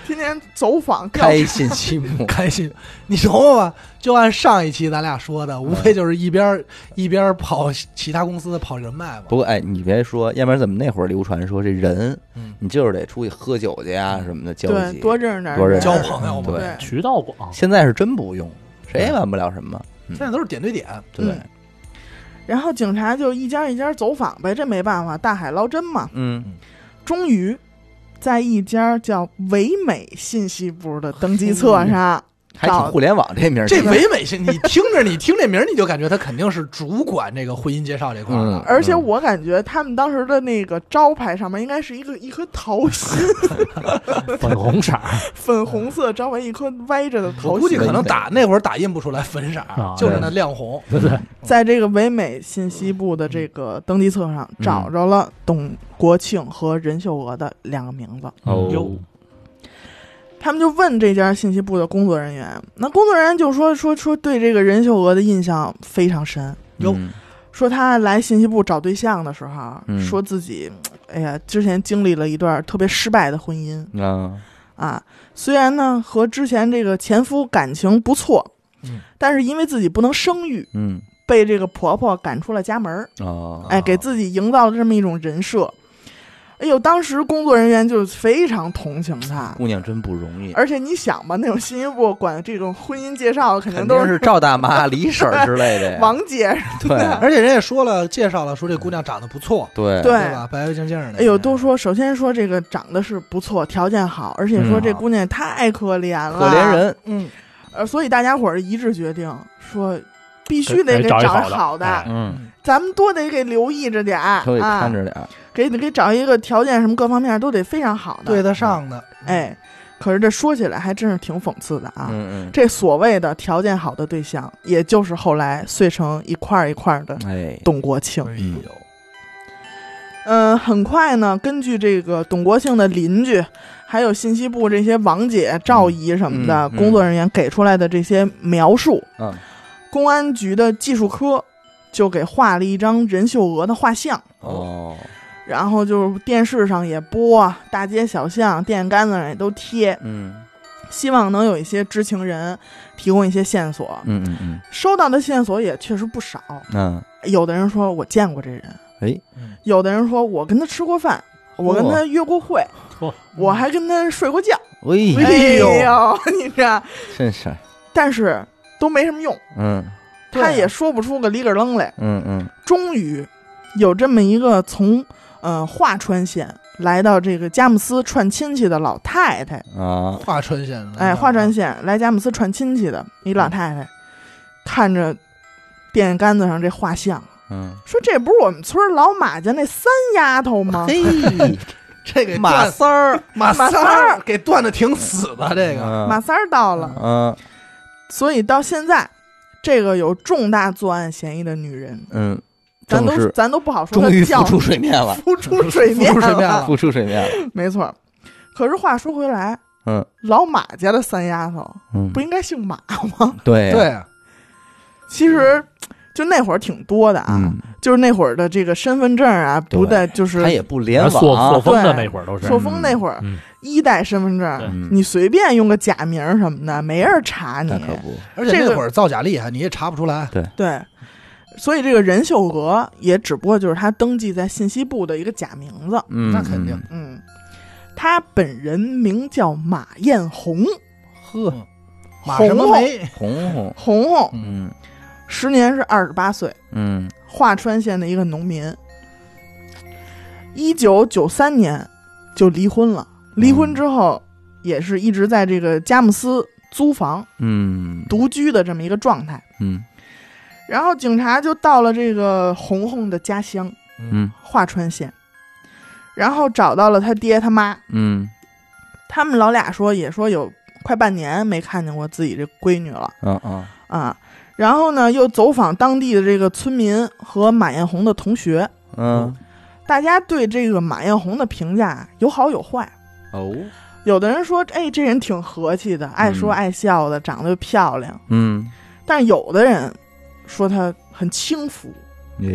Speaker 1: 天天走访调
Speaker 2: 开信息部，
Speaker 4: 开心。你琢磨吧，就按上一期咱俩说的，无非
Speaker 2: 嗯
Speaker 4: 就是一边儿一边儿跑其他公司的跑人脉嘛
Speaker 2: 不。过哎，你别说，要不然怎么那会儿流传说这人，
Speaker 4: 嗯，
Speaker 2: 你就是得出去喝酒去呀、什么的交
Speaker 1: 对
Speaker 2: 际，
Speaker 1: 多认识点儿
Speaker 2: 多认
Speaker 1: 人，
Speaker 2: 识
Speaker 4: 交朋友嘛
Speaker 2: 对，
Speaker 1: 对
Speaker 3: 渠道广，
Speaker 2: 现在是真不用，谁也完不了什么。
Speaker 4: 现在都是点对点，
Speaker 2: 对，
Speaker 1: 然后警察就一家一家走访呗，这没办法，大海捞针嘛。
Speaker 2: 嗯，
Speaker 1: 终
Speaker 2: 哦
Speaker 1: 于，在一家叫唯美信息部的登记册上
Speaker 2: 还挺
Speaker 1: 到
Speaker 2: 互联网这名儿
Speaker 4: 这
Speaker 2: 挺，
Speaker 4: 唯美性，你听着，你听这名儿，你就感觉他肯定是主管这个婚姻介绍这块儿
Speaker 2: 嗯
Speaker 4: 的。，
Speaker 1: 而且
Speaker 2: 嗯
Speaker 1: 我感觉他们当时的那个招牌上面应该是一个一颗桃心，
Speaker 3: 粉红色儿，
Speaker 1: 粉红色招牌，一颗歪着的
Speaker 4: 我
Speaker 1: 桃
Speaker 4: 估
Speaker 1: 心。
Speaker 4: 计可能打那会儿打印不出来粉色儿，
Speaker 3: 啊
Speaker 4: 就是那亮红。
Speaker 1: 在这个唯美信息部的这个登记册上找着了董国庆和任秀娥的两个名字，
Speaker 3: 哦
Speaker 4: 哟，
Speaker 1: 他们就问这家信息部的工作人员，那工作人员就说说说对这个任秀娥的印象非常深，
Speaker 4: 哟
Speaker 2: 嗯
Speaker 1: 说她来信息部找对象的时候，啊
Speaker 2: 嗯
Speaker 1: 说自己哎呀之前经历了一段特别失败的婚姻
Speaker 2: 啊，
Speaker 1: 啊，虽然呢和之前这个前夫感情不错，
Speaker 4: 嗯
Speaker 1: 但是因为自己不能生育，
Speaker 2: 嗯
Speaker 1: 被这个婆婆赶出了家门儿。
Speaker 2: 啊，
Speaker 1: 哎，给自己营造了这么一种人设。哎呦，当时工作人员就非常同情他，
Speaker 2: 姑娘真不容易，
Speaker 1: 而且你想吧，那种信息部管这种婚姻介绍，肯定
Speaker 2: 肯
Speaker 1: 都
Speaker 2: 定是赵大妈、李婶儿之类的呀，
Speaker 1: 王姐。
Speaker 2: 对
Speaker 4: 而且人也说了，介绍了，说这姑娘长得不错，
Speaker 2: 对
Speaker 1: 对
Speaker 4: 吧？白白净净的。
Speaker 1: 哎呦，都说首先说这个长得是不错，条件好，而且说
Speaker 2: 嗯
Speaker 1: 这姑娘也太可怜了，
Speaker 2: 可怜。人，
Speaker 4: 嗯，
Speaker 1: 呃，所以大家伙儿一致决定说，必须得
Speaker 3: 得
Speaker 1: 给
Speaker 3: 找一
Speaker 1: 找
Speaker 3: 好的
Speaker 1: 好的，
Speaker 3: 哎
Speaker 2: 嗯，
Speaker 1: 咱们多得给留意着点儿
Speaker 2: 稍微
Speaker 1: 啊
Speaker 2: 看，着点儿，
Speaker 1: 给给找一个条件什么各方面都得非常好的。
Speaker 4: 对得上的。
Speaker 1: 嗯哎，可是这说起来还真是挺讽刺的啊。
Speaker 2: 嗯
Speaker 1: 这所谓的条件好的对象，也就是后来碎成一块儿一块儿的
Speaker 2: 嗯，哎，
Speaker 1: 董国庆
Speaker 4: 哎。
Speaker 2: 嗯
Speaker 4: 呦，
Speaker 1: 嗯，很快呢，根据这个董国庆的邻居，还有信息部这些王姐、赵姨什么的
Speaker 2: 嗯嗯
Speaker 1: 工作人员给出来的这些描述，
Speaker 2: 嗯
Speaker 1: 公安局的技术科就给画了一张任秀娥的画像。
Speaker 2: 哦，
Speaker 1: 然后就是电视上也播，大街小巷、电线杆子上也都贴，
Speaker 2: 嗯
Speaker 1: 希望能有一些知情人提供一些线索。
Speaker 2: 嗯嗯嗯
Speaker 1: 收到的线索也确实不少，
Speaker 2: 嗯，
Speaker 1: 有的人说我见过这人，
Speaker 2: 哎，
Speaker 4: 嗯
Speaker 1: 有的人说我跟他吃过饭，我跟他约过会，
Speaker 4: 嗯
Speaker 3: 嚯
Speaker 1: 我还跟他睡过觉。
Speaker 2: 喂，
Speaker 1: 哎
Speaker 4: 呦
Speaker 1: 呦， 你这，
Speaker 2: 真是，
Speaker 1: 但是都没什么用，
Speaker 2: 嗯
Speaker 4: 对啊
Speaker 1: 他也说不出个里个楞来。
Speaker 2: 嗯嗯，
Speaker 1: 终于有这么一个从呃桦川县来到这个佳木斯串亲戚的老太太，
Speaker 4: 嗯
Speaker 2: 啊，
Speaker 4: 华川县的，
Speaker 1: 哎，桦川县来佳木斯串亲戚的一
Speaker 4: 嗯
Speaker 1: 老太太，看着电线杆子上这画像。
Speaker 2: 嗯，
Speaker 1: 说这不是我们村儿老马家那三丫头吗？
Speaker 2: 嘿，
Speaker 1: 啊
Speaker 4: 这给
Speaker 2: 马
Speaker 4: 断
Speaker 2: 三儿，
Speaker 4: 马
Speaker 1: 马
Speaker 4: 三
Speaker 1: 三儿
Speaker 4: 儿给断的挺死的，这个
Speaker 1: 马
Speaker 2: 个，
Speaker 1: 三儿到了，
Speaker 2: 嗯
Speaker 1: 所以到现在，这个有重大作案嫌疑的女人，
Speaker 2: 嗯，
Speaker 1: 咱
Speaker 2: 正
Speaker 1: 都
Speaker 2: 是
Speaker 1: 咱都不好说
Speaker 2: 终
Speaker 1: 她
Speaker 2: 于
Speaker 1: 叫
Speaker 2: 浮出水面了，
Speaker 1: 浮出水面
Speaker 4: 浮出水面
Speaker 1: 了
Speaker 4: 了，
Speaker 2: 浮出水面了，
Speaker 1: 没错。可是话说回来，
Speaker 2: 嗯
Speaker 1: 老马家的三丫头
Speaker 2: 嗯
Speaker 1: 不，应该姓马吗？
Speaker 2: 对啊呀
Speaker 4: 对，啊
Speaker 1: 其实。就那会儿挺多的啊，
Speaker 2: 嗯，
Speaker 1: 就是那会儿的这个身份证啊，
Speaker 2: 对
Speaker 1: 不在就是
Speaker 2: 他也不联
Speaker 3: 然后塑塑
Speaker 2: 网，啊
Speaker 3: 封的
Speaker 1: 对
Speaker 3: 那会儿都是
Speaker 1: 朔风那会儿，
Speaker 3: 嗯
Speaker 1: 一代身份证，
Speaker 2: 嗯，
Speaker 1: 你随便用个假名儿什么的，没人查你
Speaker 2: 那。可不，
Speaker 4: 而且
Speaker 1: 这个
Speaker 4: 那会儿造假厉害，你也查不出来。
Speaker 1: 对，所以这个任秀娥也只不过就是她登记在信息部的一个假名字。
Speaker 2: 嗯，
Speaker 4: 那肯定
Speaker 2: 嗯，
Speaker 1: 嗯，她本人名叫马艳红，
Speaker 2: 呵，
Speaker 4: 嗯马什么梅，
Speaker 2: 红红，
Speaker 1: 红红，
Speaker 2: 嗯
Speaker 1: 时年是二十八岁，
Speaker 2: 嗯
Speaker 1: 桦川县的一个农民。一九九三年就离婚了，离婚
Speaker 4: 嗯
Speaker 1: 之后也是一直在这个佳木斯租房
Speaker 2: 嗯
Speaker 1: 独居的这么一个状态。
Speaker 2: 嗯
Speaker 1: 然后警察就到了这个红红的家乡
Speaker 2: 嗯
Speaker 1: 桦川县，然后找到了他爹他妈，
Speaker 2: 嗯
Speaker 1: 他们老俩说也说有快半年没看见过自己这闺女了
Speaker 2: 啊啊，
Speaker 1: 啊。然后呢，又走访当地的这个村民和马艳红的同学，
Speaker 2: 嗯
Speaker 1: 大家对这个马艳红的评价有好有坏。
Speaker 2: 哦，
Speaker 1: 有的人说，哎，这人挺和气的，爱说
Speaker 2: 嗯
Speaker 1: 爱笑的，长得又漂亮。
Speaker 2: 嗯，
Speaker 1: 但是有的人说她很轻浮，
Speaker 2: 哎，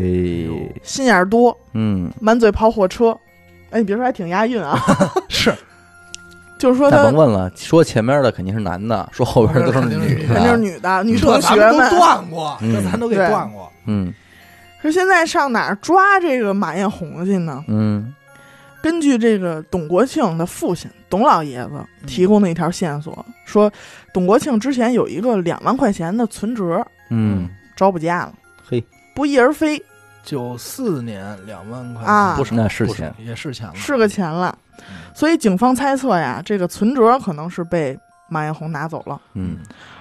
Speaker 1: 心眼儿多，
Speaker 2: 嗯，
Speaker 1: 满嘴跑火车。哎，你别说，还挺押韵啊。
Speaker 4: 是
Speaker 1: 就是说
Speaker 2: 那
Speaker 1: 她
Speaker 2: 甭问了，说前面的肯定是男的，说后边的都是女
Speaker 1: 肯定是
Speaker 2: 的，
Speaker 1: 女的，女
Speaker 4: 这
Speaker 1: 同
Speaker 4: 咱
Speaker 1: 学
Speaker 4: 们
Speaker 1: 们
Speaker 4: 都啊断过，这
Speaker 2: 嗯
Speaker 4: 咱都给
Speaker 1: 对
Speaker 4: 断过。
Speaker 2: 嗯
Speaker 1: 说现在上哪儿抓这个马艳红去呢？
Speaker 2: 嗯
Speaker 1: 根据这个董国庆的父亲董老爷子提供的一条线索，说董国庆之前有一个两万块钱的存折
Speaker 2: 嗯，
Speaker 1: 招不见了，
Speaker 2: 嘿，
Speaker 1: 不翼而飞，
Speaker 4: 九四年两万块
Speaker 1: 啊
Speaker 4: 不
Speaker 1: 不
Speaker 4: 少，
Speaker 2: 那是钱，
Speaker 4: 也是钱了。
Speaker 1: 是个钱了。所以警方猜测呀，这个存折可能是被马艳红拿走了，
Speaker 2: 嗯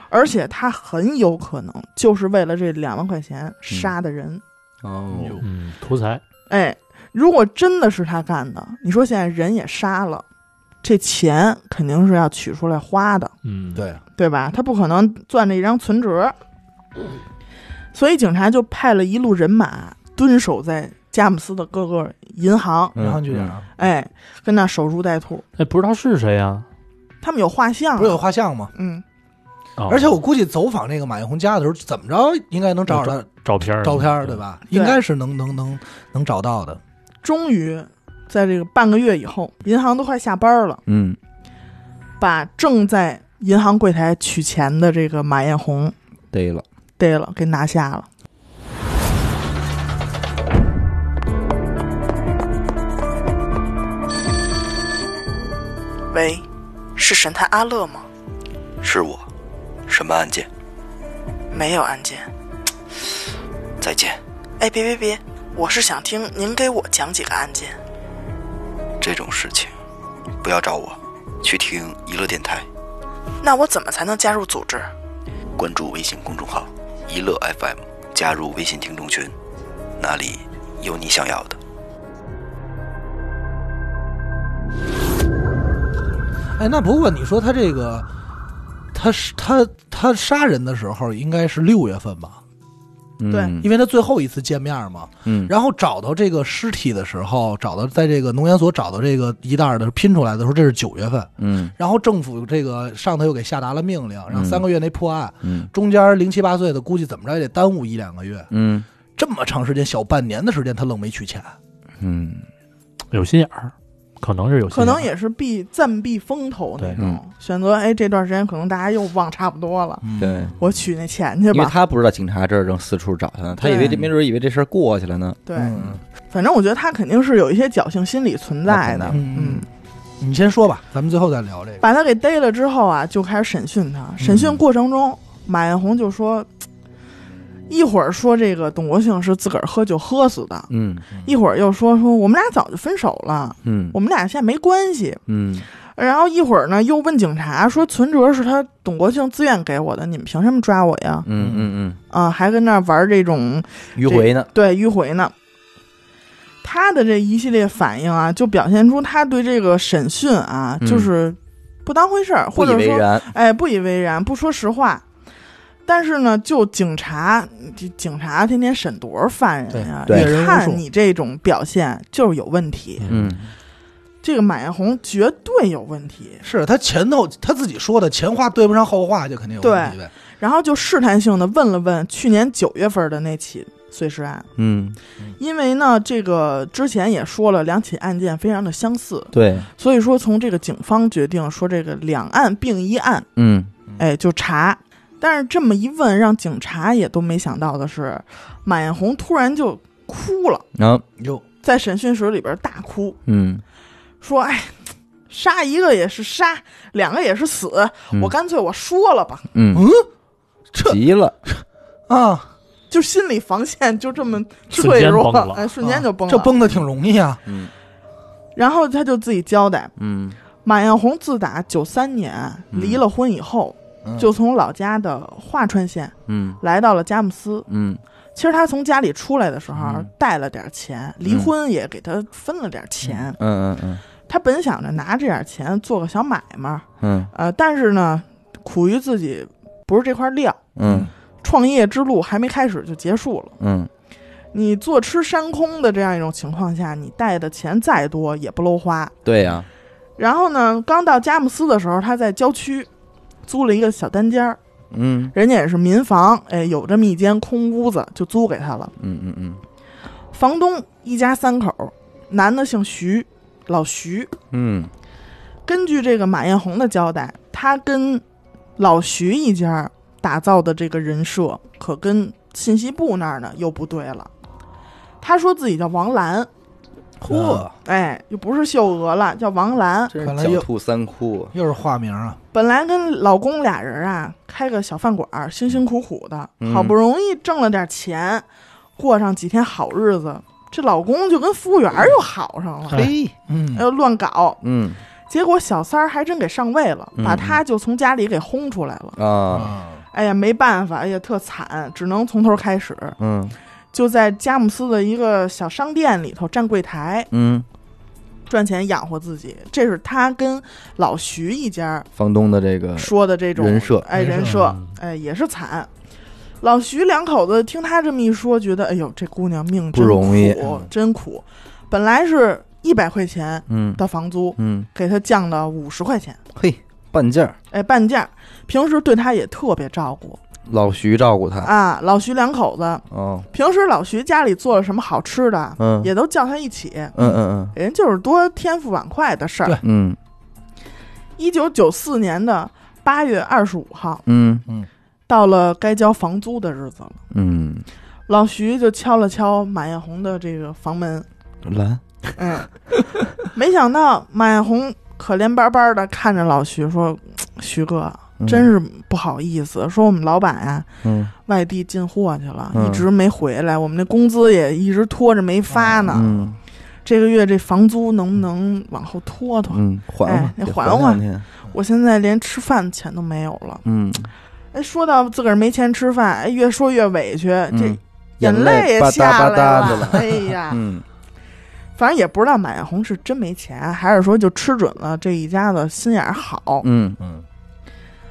Speaker 1: 而且他很有可能就是为了这两万块钱杀的人。
Speaker 2: 哦，
Speaker 3: 嗯，图财，
Speaker 1: 哎，如果真的是他干的，你说现在人也杀了，这钱肯定是要取出来花的，
Speaker 3: 嗯，，
Speaker 4: 对，
Speaker 1: 对吧？他不可能攥着一张存折，所以警察就派了一路人马蹲守在加姆斯的各个银行，
Speaker 2: 嗯
Speaker 4: 银行局长
Speaker 1: 哎，跟那守株待兔。
Speaker 3: 哎，不知道是谁呀？
Speaker 1: 他们有画像，
Speaker 4: 不是有画像吗？
Speaker 1: 嗯，
Speaker 3: 哦
Speaker 4: 而且我估计走访这个马艳红家的时候，怎么着应该能
Speaker 2: 嗯
Speaker 4: 找着
Speaker 3: 照片儿
Speaker 4: 他照片儿，对？吧？
Speaker 1: 对
Speaker 4: 应该是能能能能找到的。
Speaker 1: 终于在这个半个月以后，银行都快下班了，
Speaker 2: 嗯
Speaker 1: 把正在银行柜台取钱的这个马艳红
Speaker 2: 对了，
Speaker 1: 逮了，给拿下了。喂，是神探阿乐吗？
Speaker 5: 是我，什么案件？
Speaker 1: 没有案件。
Speaker 5: 再见，
Speaker 1: 哎，别别别，我是想听您给我讲几个案件。
Speaker 5: 这种事情不要找我，去听娱乐电台，
Speaker 1: 那我怎么才能加入组织？
Speaker 5: 关注微信公众号“娱乐 FM”，加入微信听众群，那里有你想要的。
Speaker 4: 哎，那不过你说他这个，他是他他杀人的时候应该是六月份吧？
Speaker 1: 对
Speaker 2: 嗯
Speaker 4: 因为他最后一次见面嘛。
Speaker 2: 嗯
Speaker 4: 然后找到这个尸体的时候，找到在这个农研所找到这个一袋儿的拼出来的时候，这是九月份。
Speaker 2: 嗯
Speaker 4: 然后政府这个上头又给下达了命令，让三个月内破案。
Speaker 2: 嗯
Speaker 4: 中间零七八碎的，估计怎么着也得耽误一两个月，
Speaker 2: 嗯
Speaker 4: 这么长时间，小半年的时间，他愣没取钱。
Speaker 2: 嗯
Speaker 3: 有心眼儿，可能是有心眼
Speaker 1: 可
Speaker 3: 儿，
Speaker 1: 能也是避暂避风头那
Speaker 2: 对嗯
Speaker 1: 种选择。哎，这段时间可能大家又忘差不多了，
Speaker 4: 嗯，
Speaker 2: 对，
Speaker 1: 我取那钱去
Speaker 2: 因为
Speaker 1: 吧。
Speaker 2: 他不知道警察这儿正四处找他呢，他以为这
Speaker 4: 对
Speaker 2: 没准以为这事儿过去了呢。
Speaker 1: 对，
Speaker 4: 嗯
Speaker 1: 反正我觉得他肯定是有一些侥幸心理存在的
Speaker 2: 那。
Speaker 4: 肯定
Speaker 1: 嗯，
Speaker 4: 你先说吧，咱们最后再聊这个。
Speaker 1: 把他给逮了之后啊，就开始审讯他。审
Speaker 2: 嗯
Speaker 1: 讯过程中，马艳红就说，一会儿说这个董国庆是自个儿喝酒喝死的，
Speaker 2: 嗯
Speaker 1: 一会儿又说说我们俩早就分手了，
Speaker 2: 嗯
Speaker 1: 我们俩现在没关系。
Speaker 2: 嗯
Speaker 1: 然后一会儿呢，又问警察说存折是他董国庆自愿给我的，你们凭什么抓我呀
Speaker 2: 嗯？嗯
Speaker 1: 啊，还跟那儿玩这种
Speaker 2: 嗯，迂回呢。
Speaker 1: 对迂回呢。他的这一系列反应啊，就表现出他对这个审讯啊，
Speaker 2: 嗯
Speaker 1: 就是不当回事儿，
Speaker 2: 不
Speaker 1: 或
Speaker 2: 以
Speaker 1: 者
Speaker 2: 为
Speaker 1: 说
Speaker 2: 然，
Speaker 1: 哎不以为然，不说实话。但是呢，就警察，这警察天天审多少犯人呀、
Speaker 2: 对
Speaker 1: 一
Speaker 4: 对
Speaker 1: 看你这种表现就是有问题，
Speaker 3: 哎
Speaker 2: 嗯
Speaker 1: 这个马艳红绝对有问题。
Speaker 4: 是他前头他自己说的，前话对不上后话，就肯定有问题呗。
Speaker 1: 然后就试探性的问了问去年九月份的那起碎尸案，
Speaker 2: 嗯，
Speaker 1: 因为呢，这个之前也说了，两起案件非常的相似，
Speaker 2: 对，
Speaker 1: 所以说从这个警方决定说这个两案并一案，
Speaker 2: 嗯
Speaker 1: 哎，就查。但是这么一问，让警察也都没想到的是，马艳红突然就哭了，
Speaker 2: 然后
Speaker 4: 哟，
Speaker 1: 在审讯室里边大哭，
Speaker 2: 嗯
Speaker 1: 说：“哎，杀一个也是杀，两个也是死，
Speaker 2: 嗯
Speaker 1: 我干脆我说了吧。
Speaker 2: 嗯，
Speaker 4: 这
Speaker 2: 急了，
Speaker 4: 啊，”
Speaker 1: 就心理防线就这么
Speaker 3: 瞬
Speaker 1: 脆
Speaker 3: 间
Speaker 1: 弱
Speaker 3: 崩，了
Speaker 1: 哎，瞬间就崩了。
Speaker 4: 这崩的挺容易啊。
Speaker 2: 嗯
Speaker 1: 然后他就自己交代，
Speaker 2: 嗯
Speaker 1: 马艳红自打九三年
Speaker 2: 嗯
Speaker 1: 离了婚以后，
Speaker 4: 嗯
Speaker 1: 就从老家的桦川县
Speaker 2: 嗯
Speaker 1: 来到了佳木斯。
Speaker 2: 嗯
Speaker 1: 其实他从家里出来的时候啊
Speaker 2: 嗯
Speaker 1: 带了点钱，离婚也给他分了点钱。
Speaker 2: 嗯嗯
Speaker 1: 他本想着拿这点钱做个小买卖，
Speaker 2: 嗯
Speaker 1: 呃，但是呢，苦于自己不是这块料，
Speaker 2: 嗯
Speaker 1: 创业之路还没开始就结束了。
Speaker 2: 嗯
Speaker 1: 你坐吃山空的这样一种情况下，你带的钱再多也不搂花。
Speaker 2: 对啊呀，
Speaker 1: 然后呢，刚到佳木斯的时候，他在郊区租了一个小单间儿，
Speaker 2: 嗯
Speaker 1: 人家也是民房，哎，有这么一间空屋子就租给他了。
Speaker 2: 嗯嗯嗯
Speaker 1: 房东一家三口，男的姓徐，老徐。
Speaker 2: 嗯
Speaker 1: 根据这个马艳红的交代，他跟老徐一家打造的这个人设，可跟信息部那儿呢又不对了。他说自己叫王兰，
Speaker 4: 嚯，
Speaker 1: 哎，又不是秀娥了，叫王兰。
Speaker 2: 真
Speaker 4: 看
Speaker 2: 是
Speaker 4: 来
Speaker 2: 狡
Speaker 4: 又
Speaker 2: 兔三窟，
Speaker 4: 又是化名啊。
Speaker 1: 本来跟老公俩人啊开个小饭馆儿，辛辛苦苦的，
Speaker 2: 嗯
Speaker 1: 好不容易挣了点钱，过上几天好日子，这老公就跟服务员儿又好上了，
Speaker 3: 哎
Speaker 2: 嘿，
Speaker 4: 嗯
Speaker 1: 又乱搞。
Speaker 2: 嗯
Speaker 1: 结果小三儿还真给上位了，
Speaker 2: 嗯
Speaker 1: 把他就从家里给轰出来了。
Speaker 2: 啊，
Speaker 4: 啊，
Speaker 1: 哎呀，没办法，哎呀，特惨，只能从头开始。
Speaker 2: 嗯
Speaker 1: 就在佳木斯的一个小商店里头站柜台
Speaker 2: 嗯，
Speaker 1: 赚钱养活自己，这是他跟老徐一家
Speaker 2: 房东的这个
Speaker 1: 说的这种
Speaker 2: 人设
Speaker 1: 哎，
Speaker 4: 人
Speaker 1: 人
Speaker 3: 设
Speaker 1: 设
Speaker 3: 嗯，
Speaker 1: 哎，也是惨。老徐两口子听他这么一说，觉得哎呦，这姑娘命
Speaker 2: 不容易
Speaker 1: 真苦，真苦。本来是一百块钱
Speaker 2: 嗯
Speaker 1: 的房租，
Speaker 2: 嗯，
Speaker 1: 给他降到五十块钱，
Speaker 2: 嘿，半价儿，
Speaker 1: 哎，半价。平时对他也特别照顾
Speaker 2: 老徐照顾他，
Speaker 1: 啊。老徐两口子，
Speaker 2: 哦，
Speaker 1: 平时老徐家里做了什么好吃的，
Speaker 2: 嗯
Speaker 1: 啊也都叫他一起。
Speaker 2: 嗯嗯
Speaker 1: 人就是多添副碗筷的事儿
Speaker 4: 对。
Speaker 2: 嗯
Speaker 1: 一九九四年的八月二十五号，
Speaker 2: 嗯
Speaker 1: 到了该交房租的日子了。
Speaker 2: 嗯
Speaker 1: 老徐就敲了敲马艳红的这个房门，
Speaker 2: 嗯，蓝，
Speaker 1: 嗯，没想到马艳红可怜巴巴的看着老徐说：“徐哥，
Speaker 2: 嗯
Speaker 1: 真是不好意思，说我们老板啊
Speaker 2: 嗯
Speaker 1: 外地进货去了，
Speaker 2: 嗯
Speaker 1: 一直没回来，我们那工资也一直拖着没发呢。
Speaker 2: 嗯
Speaker 1: 这个月这房租能不能往后拖拖？
Speaker 2: 嗯，缓
Speaker 1: 哎
Speaker 2: 缓，得
Speaker 1: 缓
Speaker 2: 缓
Speaker 1: 缓
Speaker 2: 两天，
Speaker 1: 我现在连吃饭钱都没有了。”
Speaker 2: 嗯，
Speaker 1: 哎，说到自个儿没钱吃饭，哎，越说越委屈，这
Speaker 2: 嗯
Speaker 1: 眼
Speaker 2: 泪
Speaker 1: 也
Speaker 2: 吧
Speaker 1: 下
Speaker 2: 嗒吧
Speaker 1: 来
Speaker 2: 嗒的了，
Speaker 1: 哎呀，
Speaker 2: 嗯
Speaker 1: 反正也不知道马艳红是真没钱，还是说就吃准了这一家子心眼儿好。
Speaker 2: 嗯
Speaker 4: 嗯，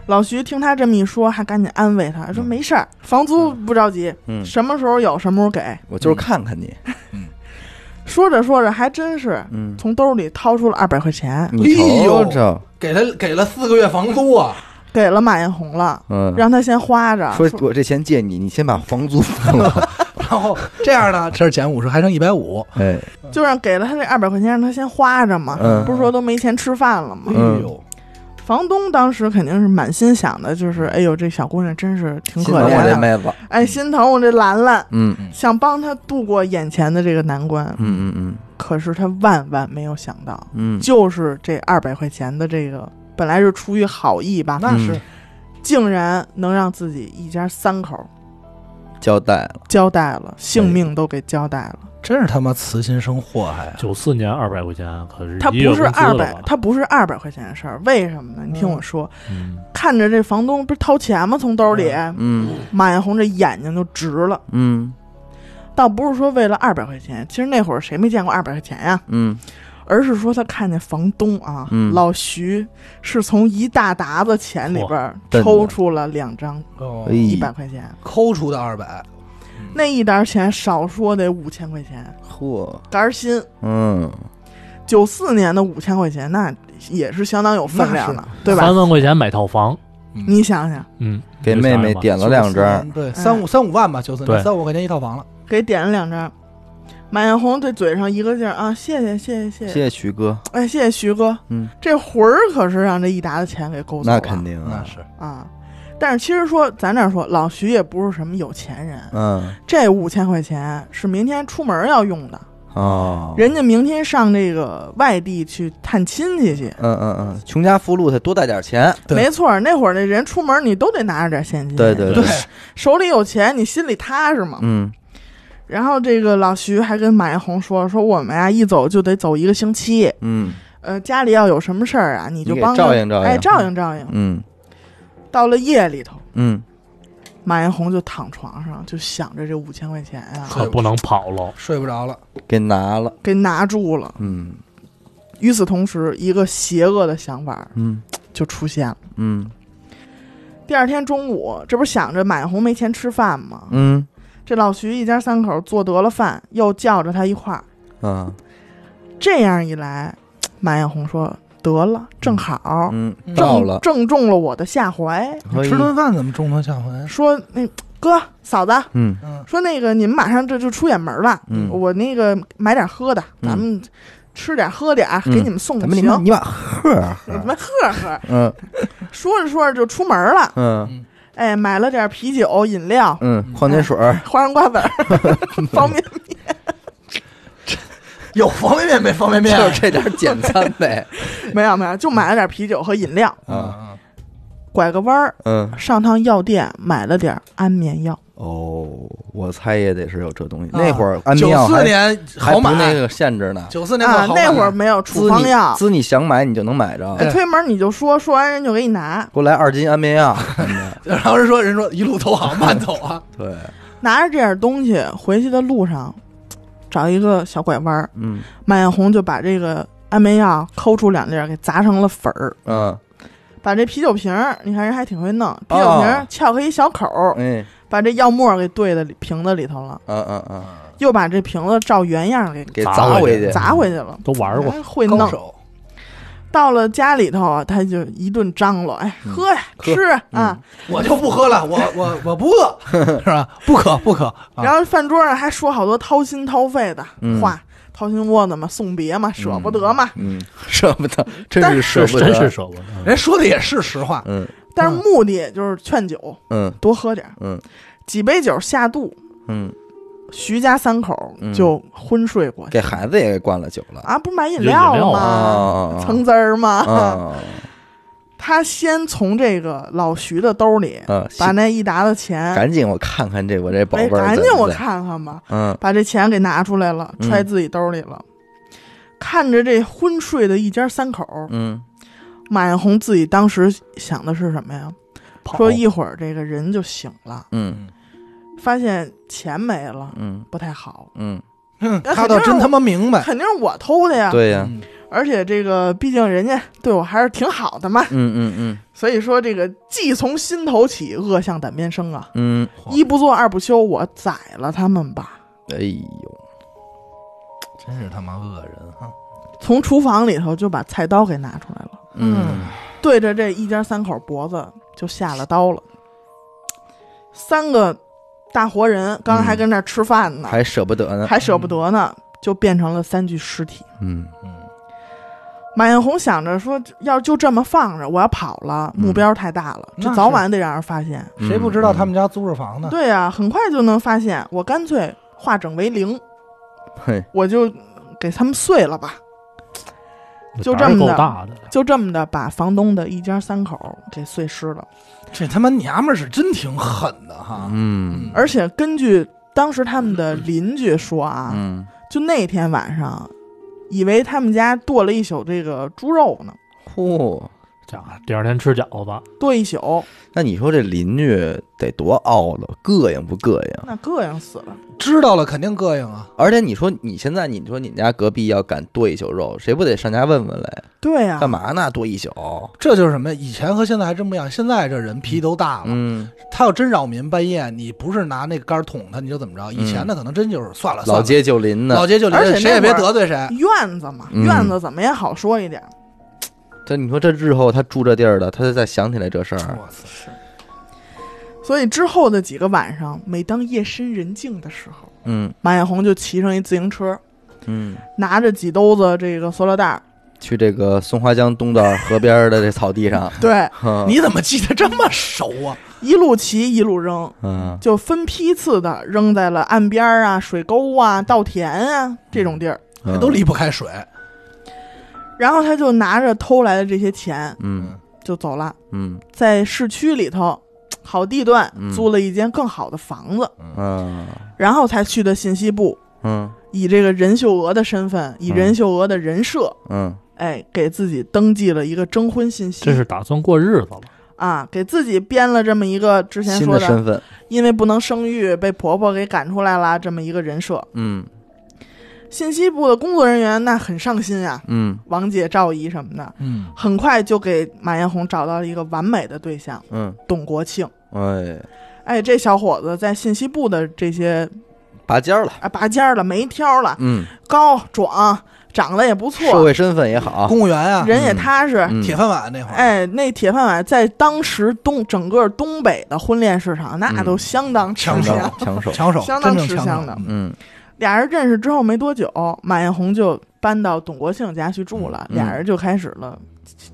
Speaker 1: 老徐听他这么一说，还赶紧安慰他说：“没事儿，房租不着急，
Speaker 2: 嗯，
Speaker 1: 什么时候有什么时候给。
Speaker 2: 我就是看看你，”
Speaker 1: 说着说着，还真是
Speaker 2: 嗯，
Speaker 1: 从兜里掏出了二百块钱，
Speaker 2: 你
Speaker 4: 哎
Speaker 2: 瞅
Speaker 4: 呦
Speaker 2: 瞅，
Speaker 4: 给他给了四个月房租啊，
Speaker 1: 给了马艳红了，
Speaker 2: 嗯，
Speaker 1: 让他先花着。
Speaker 2: 说我这钱借你，你先把房租付了，
Speaker 4: 然后这样呢，这是减五十，还剩一百五，
Speaker 2: 哎，
Speaker 1: 就让给了他这二百块钱，让他先花着嘛。
Speaker 2: 嗯
Speaker 1: 不是说都没钱吃饭了吗
Speaker 4: 哎？
Speaker 2: 嗯
Speaker 4: 呦，
Speaker 1: 房东当时肯定是满心想的就是，哎呦，这小姑娘真是挺
Speaker 2: 心
Speaker 1: 可
Speaker 2: 疼我
Speaker 1: 怜
Speaker 2: 这
Speaker 1: 的，
Speaker 2: 妹子，
Speaker 1: 哎，心疼我这兰兰，
Speaker 2: 嗯
Speaker 1: 想帮她度过眼前的这个难关。
Speaker 2: 嗯嗯嗯
Speaker 1: 可是她万万没有想到，
Speaker 2: 嗯，
Speaker 1: 就是这二百块钱的这个，本来是出于好意吧，
Speaker 4: 那是
Speaker 2: 嗯
Speaker 1: 竟然能让自己一家三口
Speaker 2: 交代了，
Speaker 1: 交代了，
Speaker 2: 哎
Speaker 1: 性命都给交代了。
Speaker 4: 真是他妈慈心生祸害啊！
Speaker 3: 九四年二百块钱可是
Speaker 1: 他
Speaker 3: 一月
Speaker 1: 不是
Speaker 3: 工资
Speaker 1: 二
Speaker 3: 了
Speaker 1: 百
Speaker 3: 吧，
Speaker 1: 他不是二百块钱的事儿，为什么呢？你听我说，
Speaker 3: 嗯
Speaker 1: 看着这房东不是掏钱吗？从兜里，
Speaker 2: 嗯
Speaker 1: 马艳红这眼睛就直了。
Speaker 2: 嗯
Speaker 1: 倒不是说为了二百块钱，其实那会儿谁没见过二百块钱呀？
Speaker 2: 嗯
Speaker 1: 而是说他看见房东啊，
Speaker 2: 嗯
Speaker 1: 老徐是从一大沓子钱里边儿
Speaker 2: 嚯
Speaker 1: 抽出了两张
Speaker 4: 哦
Speaker 2: 哎
Speaker 1: 一百块钱，
Speaker 4: 抠出的二百，
Speaker 1: 那一沓钱少说得五千块钱，
Speaker 2: 哎嚯，
Speaker 1: 杆儿新。
Speaker 2: 嗯
Speaker 1: 九四年的五千块钱，那也是相当有分量的，对吧
Speaker 3: 三？万块钱买套房，
Speaker 1: 你想想，
Speaker 3: 嗯，
Speaker 2: 给妹妹点
Speaker 3: 点。
Speaker 2: 了两张，
Speaker 4: 对，三五三五万吧，九四年
Speaker 3: 对
Speaker 4: 三五块钱一套房了，
Speaker 1: 给点了两张，马艳红这嘴上一个劲儿啊，谢谢谢谢谢
Speaker 2: 谢
Speaker 1: 谢，
Speaker 2: 谢徐哥，
Speaker 1: 哎，谢谢徐哥，
Speaker 2: 嗯，
Speaker 1: 这魂儿可是让这一沓子钱给勾走了，
Speaker 2: 那肯定
Speaker 4: 那
Speaker 2: 啊，
Speaker 4: 是
Speaker 1: 啊。但是其实说，咱这样说，老徐也不是什么有钱人，
Speaker 2: 嗯
Speaker 1: 这五千块钱是明天出门要用的，
Speaker 2: 哦，
Speaker 1: 人家明天上这个外地去探亲戚去。
Speaker 2: 嗯嗯嗯，穷家富路他多带点钱，
Speaker 4: 对
Speaker 1: 没错儿，那会儿那人出门你都得拿着点现金，
Speaker 2: 对对
Speaker 4: 对，
Speaker 1: 手里有钱你心里踏实嘛。
Speaker 2: 嗯
Speaker 1: 然后这个老徐还跟马艳红说，说我们呀、一走就得走一个星期，
Speaker 2: 嗯
Speaker 1: 呃，家里要有什么事儿啊，你就
Speaker 2: 你给
Speaker 1: 帮着
Speaker 2: 照应照应
Speaker 1: 哎，照应照应。
Speaker 2: 嗯
Speaker 1: 到了夜里头，
Speaker 2: 嗯，
Speaker 1: 马艳红就躺床上就想着这五千块钱啊，
Speaker 3: 可不能跑了。
Speaker 4: 睡不着了，
Speaker 2: 给拿了，
Speaker 1: 给拿住了。
Speaker 2: 嗯
Speaker 1: 与此同时，一个邪恶的想法
Speaker 2: 嗯
Speaker 1: 就出现了。
Speaker 2: 嗯
Speaker 1: 第二天中午，这不是想着马艳红没钱吃饭吗？
Speaker 2: 嗯
Speaker 1: 这老徐一家三口做得了饭，又叫着他一块儿。
Speaker 2: 啊
Speaker 1: 这样一来，马艳红说：“得了，正好，
Speaker 2: 嗯，
Speaker 4: 嗯
Speaker 2: 到了
Speaker 1: 正，正中了我的下怀。
Speaker 2: 嘿
Speaker 4: 吃顿饭怎么中途下回？
Speaker 1: 说那哥嫂子，
Speaker 2: 嗯
Speaker 4: 嗯，
Speaker 1: 说那个你们马上这就出远门了，
Speaker 2: 嗯
Speaker 1: 我那个买点喝的，
Speaker 2: 嗯
Speaker 1: 咱们吃点喝点，
Speaker 2: 嗯
Speaker 1: 给你们送
Speaker 2: 咱
Speaker 1: 行。
Speaker 2: 们你妈你妈喝啊喝
Speaker 1: 你
Speaker 2: 啊，
Speaker 1: 们喝喝，
Speaker 2: 嗯
Speaker 1: 说着说着就出门了。
Speaker 2: 嗯
Speaker 1: 哎，买了点啤酒、饮料、
Speaker 2: 嗯，矿泉水儿
Speaker 1: 花生 瓜子儿、方便
Speaker 4: 有方便面没方便
Speaker 2: 就
Speaker 4: 面？
Speaker 2: 是这点儿简单呗，
Speaker 1: 没有没有，就买了点啤酒和饮料，
Speaker 2: 啊
Speaker 4: 啊，
Speaker 1: 拐个弯儿
Speaker 2: 嗯
Speaker 1: 上趟药店买了点安眠药。
Speaker 2: 哦，我猜也得是有这东西。
Speaker 1: 啊
Speaker 2: 那会儿安
Speaker 4: 九
Speaker 2: 眠药
Speaker 4: 四
Speaker 2: 还
Speaker 4: 年
Speaker 2: 还
Speaker 4: 好
Speaker 2: 不那
Speaker 4: 买，
Speaker 2: 个限制呢，
Speaker 4: 九四年
Speaker 1: 啊，
Speaker 4: 好买
Speaker 1: 那会儿没有处
Speaker 2: 滋
Speaker 1: 方
Speaker 2: 你
Speaker 1: 药，
Speaker 2: 滋你想买你就能买着。
Speaker 1: 哎推门你就说，说完人就给你拿，
Speaker 2: 给我来二斤安眠药，
Speaker 4: 然后人说人说一路都好慢走 啊，
Speaker 2: 对，
Speaker 1: 拿着这点东西回去的路上，找一个小拐弯儿，
Speaker 2: 嗯
Speaker 1: 马艳红就把这个安眠药抠出两粒儿，给砸成了粉儿。
Speaker 2: 嗯，
Speaker 1: 把这啤酒瓶儿，你看人还挺会弄，啤酒瓶儿
Speaker 2: 哦
Speaker 1: 撬开一小口儿，
Speaker 2: 哎，
Speaker 1: 把这药沫儿给兑到里瓶子里头了，
Speaker 2: 嗯嗯嗯，
Speaker 1: 又把这瓶子照原样儿给
Speaker 2: 给
Speaker 3: 砸
Speaker 2: 砸
Speaker 3: 回
Speaker 2: 回
Speaker 3: 去
Speaker 2: 去，
Speaker 1: 砸回去了。
Speaker 3: 都玩过，
Speaker 1: 哎会
Speaker 4: 高
Speaker 1: 弄。
Speaker 4: 手
Speaker 1: 到了家里头啊，他就一顿张罗，哎，
Speaker 2: 嗯
Speaker 1: 喝呀，
Speaker 2: 喝
Speaker 1: 吃啊啊，
Speaker 4: 我就不喝了，我我我不饿， 是吧？不渴不渴啊
Speaker 1: 然后饭桌上还说好多掏心掏肺的
Speaker 2: 嗯
Speaker 1: 话，掏心窝子嘛，送别嘛，舍不得嘛。
Speaker 2: 嗯， 舍不得，真
Speaker 1: 但
Speaker 2: 是舍不
Speaker 3: 真是
Speaker 2: 得，
Speaker 3: 舍不得。
Speaker 1: 哎
Speaker 4: 人说的也是实话，
Speaker 2: 嗯
Speaker 1: 但是目的就是劝酒，
Speaker 2: 嗯
Speaker 1: 多喝点儿，
Speaker 2: 嗯
Speaker 1: 几杯酒下肚，
Speaker 2: 嗯，
Speaker 1: 徐家三口
Speaker 2: 嗯
Speaker 1: 就昏睡过去
Speaker 2: 给孩子也给灌了酒了
Speaker 1: 啊，不是买饮
Speaker 3: 有饮料
Speaker 1: 了吗？
Speaker 2: 啊啊，
Speaker 1: 橙汁儿吗？
Speaker 2: 啊
Speaker 1: 他先从这个老徐的兜里
Speaker 2: 啊，
Speaker 1: 把
Speaker 2: 行
Speaker 1: 那一沓子钱，
Speaker 2: 赶紧我看看这我这宝贝
Speaker 1: 哎，
Speaker 2: 儿在不在，
Speaker 1: 赶紧我看看吧，
Speaker 2: 嗯
Speaker 1: 把这钱给拿出来了，
Speaker 2: 嗯
Speaker 1: 揣自己兜里了。看着这昏睡的一家三口，
Speaker 2: 嗯
Speaker 1: 马艳红自己当时想的是什么呀？说一会儿这个人就醒了，
Speaker 2: 嗯
Speaker 1: 发现钱没了，
Speaker 2: 嗯
Speaker 1: 不太好，
Speaker 2: 嗯，
Speaker 4: 哼
Speaker 1: 那
Speaker 4: 他倒
Speaker 1: 肯定
Speaker 4: 真
Speaker 1: 是
Speaker 4: 他妈明白，
Speaker 1: 肯定是我偷的呀。
Speaker 2: 对呀，
Speaker 4: 嗯
Speaker 1: 而且这个毕竟人家对我还是挺好的嘛，
Speaker 2: 嗯嗯嗯
Speaker 1: 所以说这个计从心头起，恶向胆边生啊。
Speaker 2: 嗯，
Speaker 4: 哇
Speaker 1: 一不做二不休，我宰了他们吧。
Speaker 2: 哎呦，
Speaker 4: 真是他妈恶人啊！
Speaker 1: 从厨房里头就把菜刀给拿出来了，
Speaker 2: 嗯，
Speaker 1: 对着这一家三口脖子就下了刀了。三个大活人，刚才还跟那儿吃饭呢，
Speaker 2: 嗯还舍不得呢，
Speaker 1: 还舍不得呢，就变成了三具尸体。
Speaker 2: 嗯
Speaker 4: 嗯，
Speaker 1: 马艳红想着说，要就这么放着，我要跑了，
Speaker 2: 嗯
Speaker 1: 目标太大了，
Speaker 4: 那
Speaker 1: 这早晚得让人发现。
Speaker 2: 嗯
Speaker 4: 谁不知道他们家租着房呢？
Speaker 1: 对呀、很快就能发现，我干脆化整为零，
Speaker 2: 嘿，
Speaker 1: 我就给他们碎了吧。就
Speaker 3: 胆儿
Speaker 1: 这么
Speaker 3: 够
Speaker 1: 的
Speaker 3: 大的，
Speaker 1: 就这么的把房东的一家三口给碎尸了。
Speaker 4: 这他妈娘们儿是真挺狠的哈！
Speaker 2: 嗯
Speaker 1: 而且根据当时他们的邻居说啊，
Speaker 2: 嗯，
Speaker 1: 就那天晚上，以为他们家剁了一宿这个猪肉呢，
Speaker 2: 嚯，
Speaker 3: 这样第二天吃饺子，
Speaker 1: 剁一宿，
Speaker 2: 那你说这邻居得多懊恼，膈应不膈应？
Speaker 1: 那膈应死了。
Speaker 4: 知道了肯定膈应啊！
Speaker 2: 而且你说你现在，你说你家隔壁要敢剁一宿肉，谁不得上家问问来？
Speaker 1: 对
Speaker 4: 啊
Speaker 1: 呀、
Speaker 2: 干嘛呢？剁一宿？
Speaker 4: 这就是什么？以前和现在还真不一样。现在这人皮都大了，
Speaker 2: 嗯，
Speaker 4: 他要真扰民半夜，你不是拿那杆儿捅他，你就怎么着？以前那可能真就是算了，
Speaker 2: 嗯老
Speaker 4: 算
Speaker 2: 街旧邻呢
Speaker 4: 了老。街就
Speaker 1: 而且那
Speaker 4: 谁也别
Speaker 1: 会儿
Speaker 4: 得罪谁。
Speaker 1: 院子嘛，
Speaker 2: 嗯
Speaker 1: 院子怎么也好说一点。
Speaker 2: 这你说这日后他住这地儿了，他再想起来这事儿，
Speaker 4: 我操！
Speaker 1: 所以之后的几个晚上，每当夜深人静的时候，
Speaker 2: 嗯
Speaker 1: 马艳红就骑上一自行车，
Speaker 2: 嗯，
Speaker 1: 拿着几兜子这个塑料袋 儿，
Speaker 2: 去这个松花江东段河边的这草地上，
Speaker 1: 对，
Speaker 2: 哼
Speaker 4: 你怎么记得这么熟啊？
Speaker 1: 一路骑一路扔，
Speaker 2: 嗯
Speaker 1: 就分批次的扔在了岸边儿啊、水沟啊、稻田啊这种地儿。
Speaker 2: 嗯
Speaker 4: 都离不开水。
Speaker 1: 然后他就拿着偷来的这些钱
Speaker 2: 嗯
Speaker 1: 就走了，
Speaker 2: 嗯
Speaker 1: 在市区里头好地段
Speaker 2: 嗯
Speaker 1: 租了一间更好的房子，
Speaker 2: 嗯
Speaker 1: 然后才去的信息部，
Speaker 2: 嗯
Speaker 1: 以这个任秀娥的身份，以
Speaker 2: 嗯
Speaker 1: 任秀娥的人设，
Speaker 2: 嗯
Speaker 1: 哎，给自己登记了一个征婚信息，
Speaker 3: 这是打算过日子了。
Speaker 1: 啊，给自己编了这么一个之前
Speaker 2: 新
Speaker 1: 说
Speaker 2: 的
Speaker 1: 的，
Speaker 2: 身份，
Speaker 1: 因为不能生育被婆婆给赶出来了这么一个人设。
Speaker 2: 嗯
Speaker 1: 信息部的工作人员那很上心啊，
Speaker 2: 嗯
Speaker 1: 王姐、赵姨什么的，
Speaker 4: 嗯，
Speaker 1: 很快就给马艳红找到了一个完美的对象
Speaker 2: 嗯，
Speaker 1: ——董国庆。
Speaker 2: 哎，
Speaker 1: 哎，这小伙子在信息部的这些
Speaker 2: 拔尖儿了，
Speaker 1: 啊拔尖儿了，没挑了，
Speaker 2: 嗯，
Speaker 1: 高壮，长得也不
Speaker 2: 社
Speaker 1: 错，
Speaker 2: 会身份也好，
Speaker 4: 公务员啊，
Speaker 1: 人也踏实。
Speaker 2: 嗯
Speaker 4: 铁饭碗那会儿，
Speaker 1: 哎，那铁饭碗在当时东整个东北的婚恋市场，那
Speaker 2: 嗯
Speaker 1: 都相当吃
Speaker 4: 抢手
Speaker 1: 香。
Speaker 2: 抢手，
Speaker 4: 抢手，
Speaker 1: 相当
Speaker 4: 真正
Speaker 1: 吃
Speaker 4: 抢
Speaker 1: 香
Speaker 4: 手
Speaker 1: 的
Speaker 4: 嗯
Speaker 2: 嗯
Speaker 1: 俩人认识之后没多久，马艳红就搬到董国庆家去住了，
Speaker 2: 嗯
Speaker 1: 俩人就开始了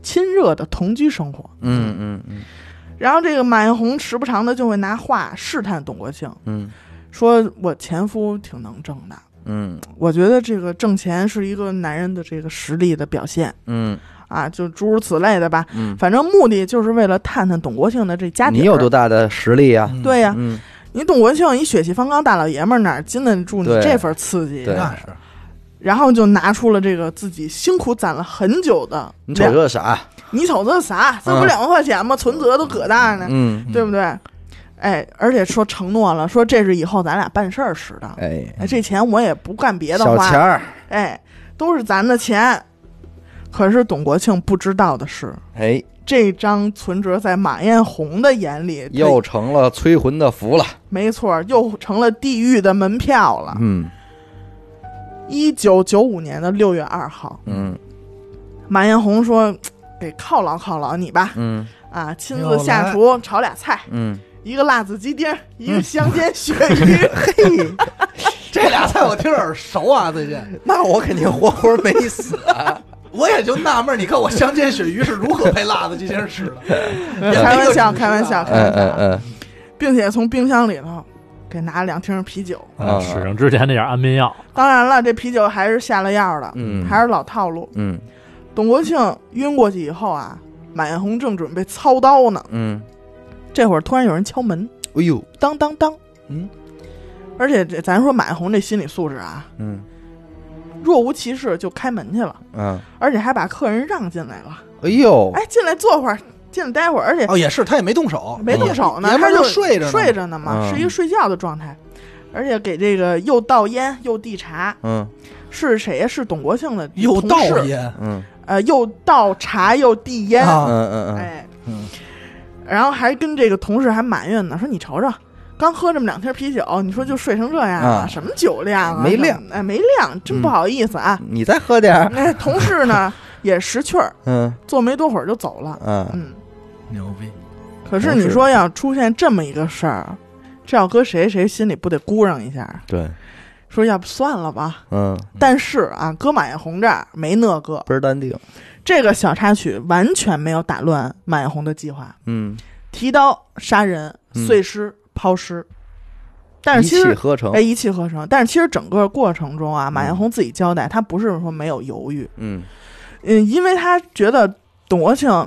Speaker 1: 亲热的同居生活。
Speaker 2: 嗯嗯嗯
Speaker 1: 然后这个马艳红时不常的就会拿话试探董国庆，
Speaker 2: 嗯
Speaker 1: 说我前夫挺能挣的，
Speaker 2: 嗯
Speaker 1: 我觉得这个挣钱是一个男人的这个实力的表现
Speaker 2: 嗯
Speaker 1: 啊，就诸如此类的吧。
Speaker 2: 嗯，
Speaker 1: 反正目的就是为了探探董国庆的这家底儿
Speaker 2: 你有多大的实力呀？
Speaker 4: 嗯
Speaker 1: 对呀、
Speaker 2: 嗯
Speaker 1: 你董国庆一血气方刚大老爷们儿哪儿经得住你
Speaker 2: 对
Speaker 1: 这份刺激？
Speaker 2: 对
Speaker 4: 那是
Speaker 1: 然后就拿出了这个自己辛苦攒了很久的
Speaker 2: 你瞅
Speaker 1: 两
Speaker 2: 这啥？
Speaker 1: 你瞅这啥？这不
Speaker 2: 嗯
Speaker 1: 两万块钱吗？存折都搁那儿呢，
Speaker 2: 嗯，
Speaker 1: 对不对？哎，而且说承诺了，说这是以后咱俩办事儿使的。
Speaker 2: 哎，
Speaker 1: 哎，这钱我也不干别的
Speaker 2: 小钱
Speaker 1: 花，
Speaker 2: 儿，
Speaker 1: 哎，都是咱的钱。可是董国庆不知道的是，
Speaker 2: 哎，
Speaker 1: 这张存折在马艳红的眼里，他
Speaker 2: 又成了催魂的符了。
Speaker 1: 没错，又成了地狱的门票了。
Speaker 2: 嗯
Speaker 1: 一九九五年的六月二号，
Speaker 2: 嗯
Speaker 1: 马艳红说：“得犒劳犒劳你吧，
Speaker 2: 嗯
Speaker 1: 啊，亲自下厨炒俩菜，
Speaker 2: 嗯，
Speaker 1: 一个辣子鸡丁，一个香煎鳕鱼。嘿，
Speaker 4: 这俩菜我听着耳熟啊，最近
Speaker 2: 那我肯定活活没死啊！
Speaker 4: 我也就纳闷儿，你看我香煎鳕鱼是如何配辣子鸡丁吃的？
Speaker 1: 开玩笑，开玩笑，开
Speaker 2: 嗯
Speaker 1: 玩笑，
Speaker 2: 嗯嗯
Speaker 1: 并且从冰箱里头给拿了两听啤酒。
Speaker 2: 啊
Speaker 3: 使上之前那点安眠药，
Speaker 1: 当然了，这啤酒还是下了药的，
Speaker 2: 嗯
Speaker 1: 还是老套路。
Speaker 2: 嗯
Speaker 1: 董国庆晕过去以后啊，马艳红正准备操刀呢，
Speaker 2: 嗯，
Speaker 1: 这会儿突然有人敲门，
Speaker 2: 哎呦，
Speaker 1: 当当当，
Speaker 2: 嗯，
Speaker 1: 而且这咱说马艳红这心理素质啊，
Speaker 2: 嗯
Speaker 1: 若无其事就开门去了，
Speaker 2: 嗯，
Speaker 1: 而且还把客人让进来了。
Speaker 2: 哎呦，
Speaker 1: 哎，进来坐会儿，进来待会儿，而且
Speaker 4: 哦，也是，他也没动手，
Speaker 1: 没动手呢，
Speaker 4: 爷们
Speaker 1: 他
Speaker 4: 儿就
Speaker 1: 就
Speaker 4: 睡着呢
Speaker 1: 睡着呢嘛，
Speaker 2: 嗯
Speaker 1: 是一个睡觉的状态。而且给这个又倒烟又递茶，
Speaker 2: 嗯
Speaker 1: 是谁呀？是董国庆的
Speaker 4: 有
Speaker 1: 同
Speaker 4: 道
Speaker 1: 事，
Speaker 4: 烟
Speaker 2: 嗯
Speaker 1: 呃，又倒茶又递烟，
Speaker 2: 嗯
Speaker 4: 啊，
Speaker 2: 嗯嗯，
Speaker 1: 哎，
Speaker 4: 嗯
Speaker 1: 然后还跟这个同事还埋怨呢，说你瞅瞅，刚喝这么两瓶啤酒，你说就睡成这样了，
Speaker 2: 啊
Speaker 1: 什么酒量啊，
Speaker 2: 没
Speaker 1: 什么
Speaker 2: 量，
Speaker 1: 哎，没量，真不
Speaker 2: 嗯
Speaker 1: 好意思啊。
Speaker 2: 你再喝
Speaker 4: 嗯
Speaker 2: 点儿，
Speaker 1: 那、同事 呢也识趣儿，
Speaker 2: 嗯
Speaker 1: 坐没多会儿就走了。
Speaker 2: 嗯，
Speaker 1: 嗯，
Speaker 4: 牛逼，
Speaker 1: 可是
Speaker 2: 同事
Speaker 1: 你说要出现这么一个事儿，这要搁谁谁心里不得咕嚷一下，
Speaker 2: 对，
Speaker 1: 说要不算了吧。
Speaker 2: 嗯，
Speaker 1: 但是啊，搁马艳红这儿没那个，
Speaker 2: 倍儿淡定，
Speaker 1: 这个小插曲完全没有打乱马艳红的计划。
Speaker 2: 嗯，
Speaker 1: 提刀杀人、
Speaker 2: 嗯
Speaker 1: 碎尸、抛尸，但
Speaker 2: 一
Speaker 1: 是其
Speaker 2: 气
Speaker 1: 实
Speaker 2: 呵成
Speaker 1: 哎，一气呵成。但是其实整个过程中啊，马
Speaker 2: 嗯
Speaker 1: 艳红自己交代，她不是说没有犹豫，
Speaker 2: 嗯
Speaker 1: 嗯，因为她觉得董国庆嘖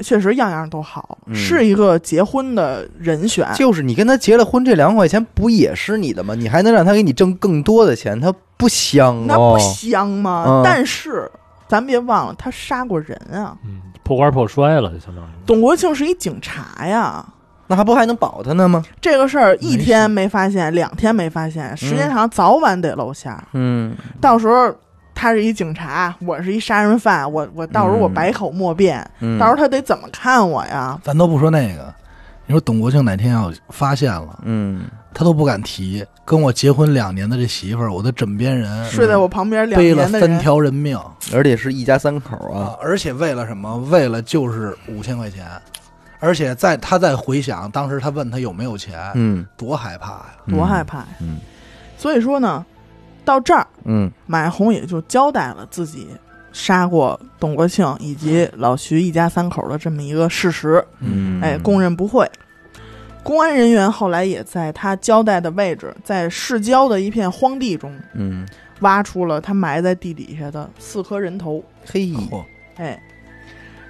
Speaker 1: 确实样样都好，
Speaker 2: 嗯
Speaker 1: 是一个结婚的人选。
Speaker 2: 就是你跟他结了婚，这两万块钱不也是你的吗？你还能让他给你挣更多的钱，他不香
Speaker 1: 那
Speaker 2: 哦
Speaker 1: 不。香吗？
Speaker 2: 嗯
Speaker 1: 但是咱别忘了，他杀过人啊。
Speaker 3: 嗯，破罐破摔了，就相当于。
Speaker 2: 嗯
Speaker 1: 董国庆是一警察呀，
Speaker 2: 那还不还能保他呢吗？
Speaker 1: 这个事儿一
Speaker 4: 没事
Speaker 1: 天没发现，两天没发现，时间
Speaker 2: 嗯
Speaker 1: 长早晚得露馅儿。
Speaker 2: 嗯，
Speaker 1: 到时候他是一警察，我是一杀人犯，我我到时候我百口莫辩，
Speaker 2: 嗯
Speaker 1: 到时候他得怎么看我呀？
Speaker 4: 咱都不说那个，你说董国庆哪天要发现了，
Speaker 2: 嗯，
Speaker 4: 他都不敢提，跟我结婚两年的这媳妇儿，我的枕边人
Speaker 1: 睡
Speaker 2: 嗯
Speaker 1: 在我旁边两
Speaker 4: 背了
Speaker 1: 年的
Speaker 4: 三
Speaker 1: 人，
Speaker 4: 条人命
Speaker 2: 而且是一家三口啊
Speaker 4: 啊，，而且为了什么？为了就是五千块钱，而且在他在回想当时他问他有没有
Speaker 1: 啊
Speaker 4: 钱，
Speaker 2: 嗯，
Speaker 4: 多害怕呀！
Speaker 1: 多害怕呀！
Speaker 2: 嗯
Speaker 1: 所以说呢，到这儿
Speaker 2: 嗯，
Speaker 1: 马艳红也就交代了自己杀过董国庆以及老徐一家三口的这么一个事实，
Speaker 2: 嗯嗯，
Speaker 1: 哎，供认不讳。公安人员后来也在他交代的位置，在市郊的一片荒地中
Speaker 2: 嗯，
Speaker 1: 挖出了他埋在地底下的四颗人头。
Speaker 2: 嘿，
Speaker 4: 嚯，
Speaker 1: 哎，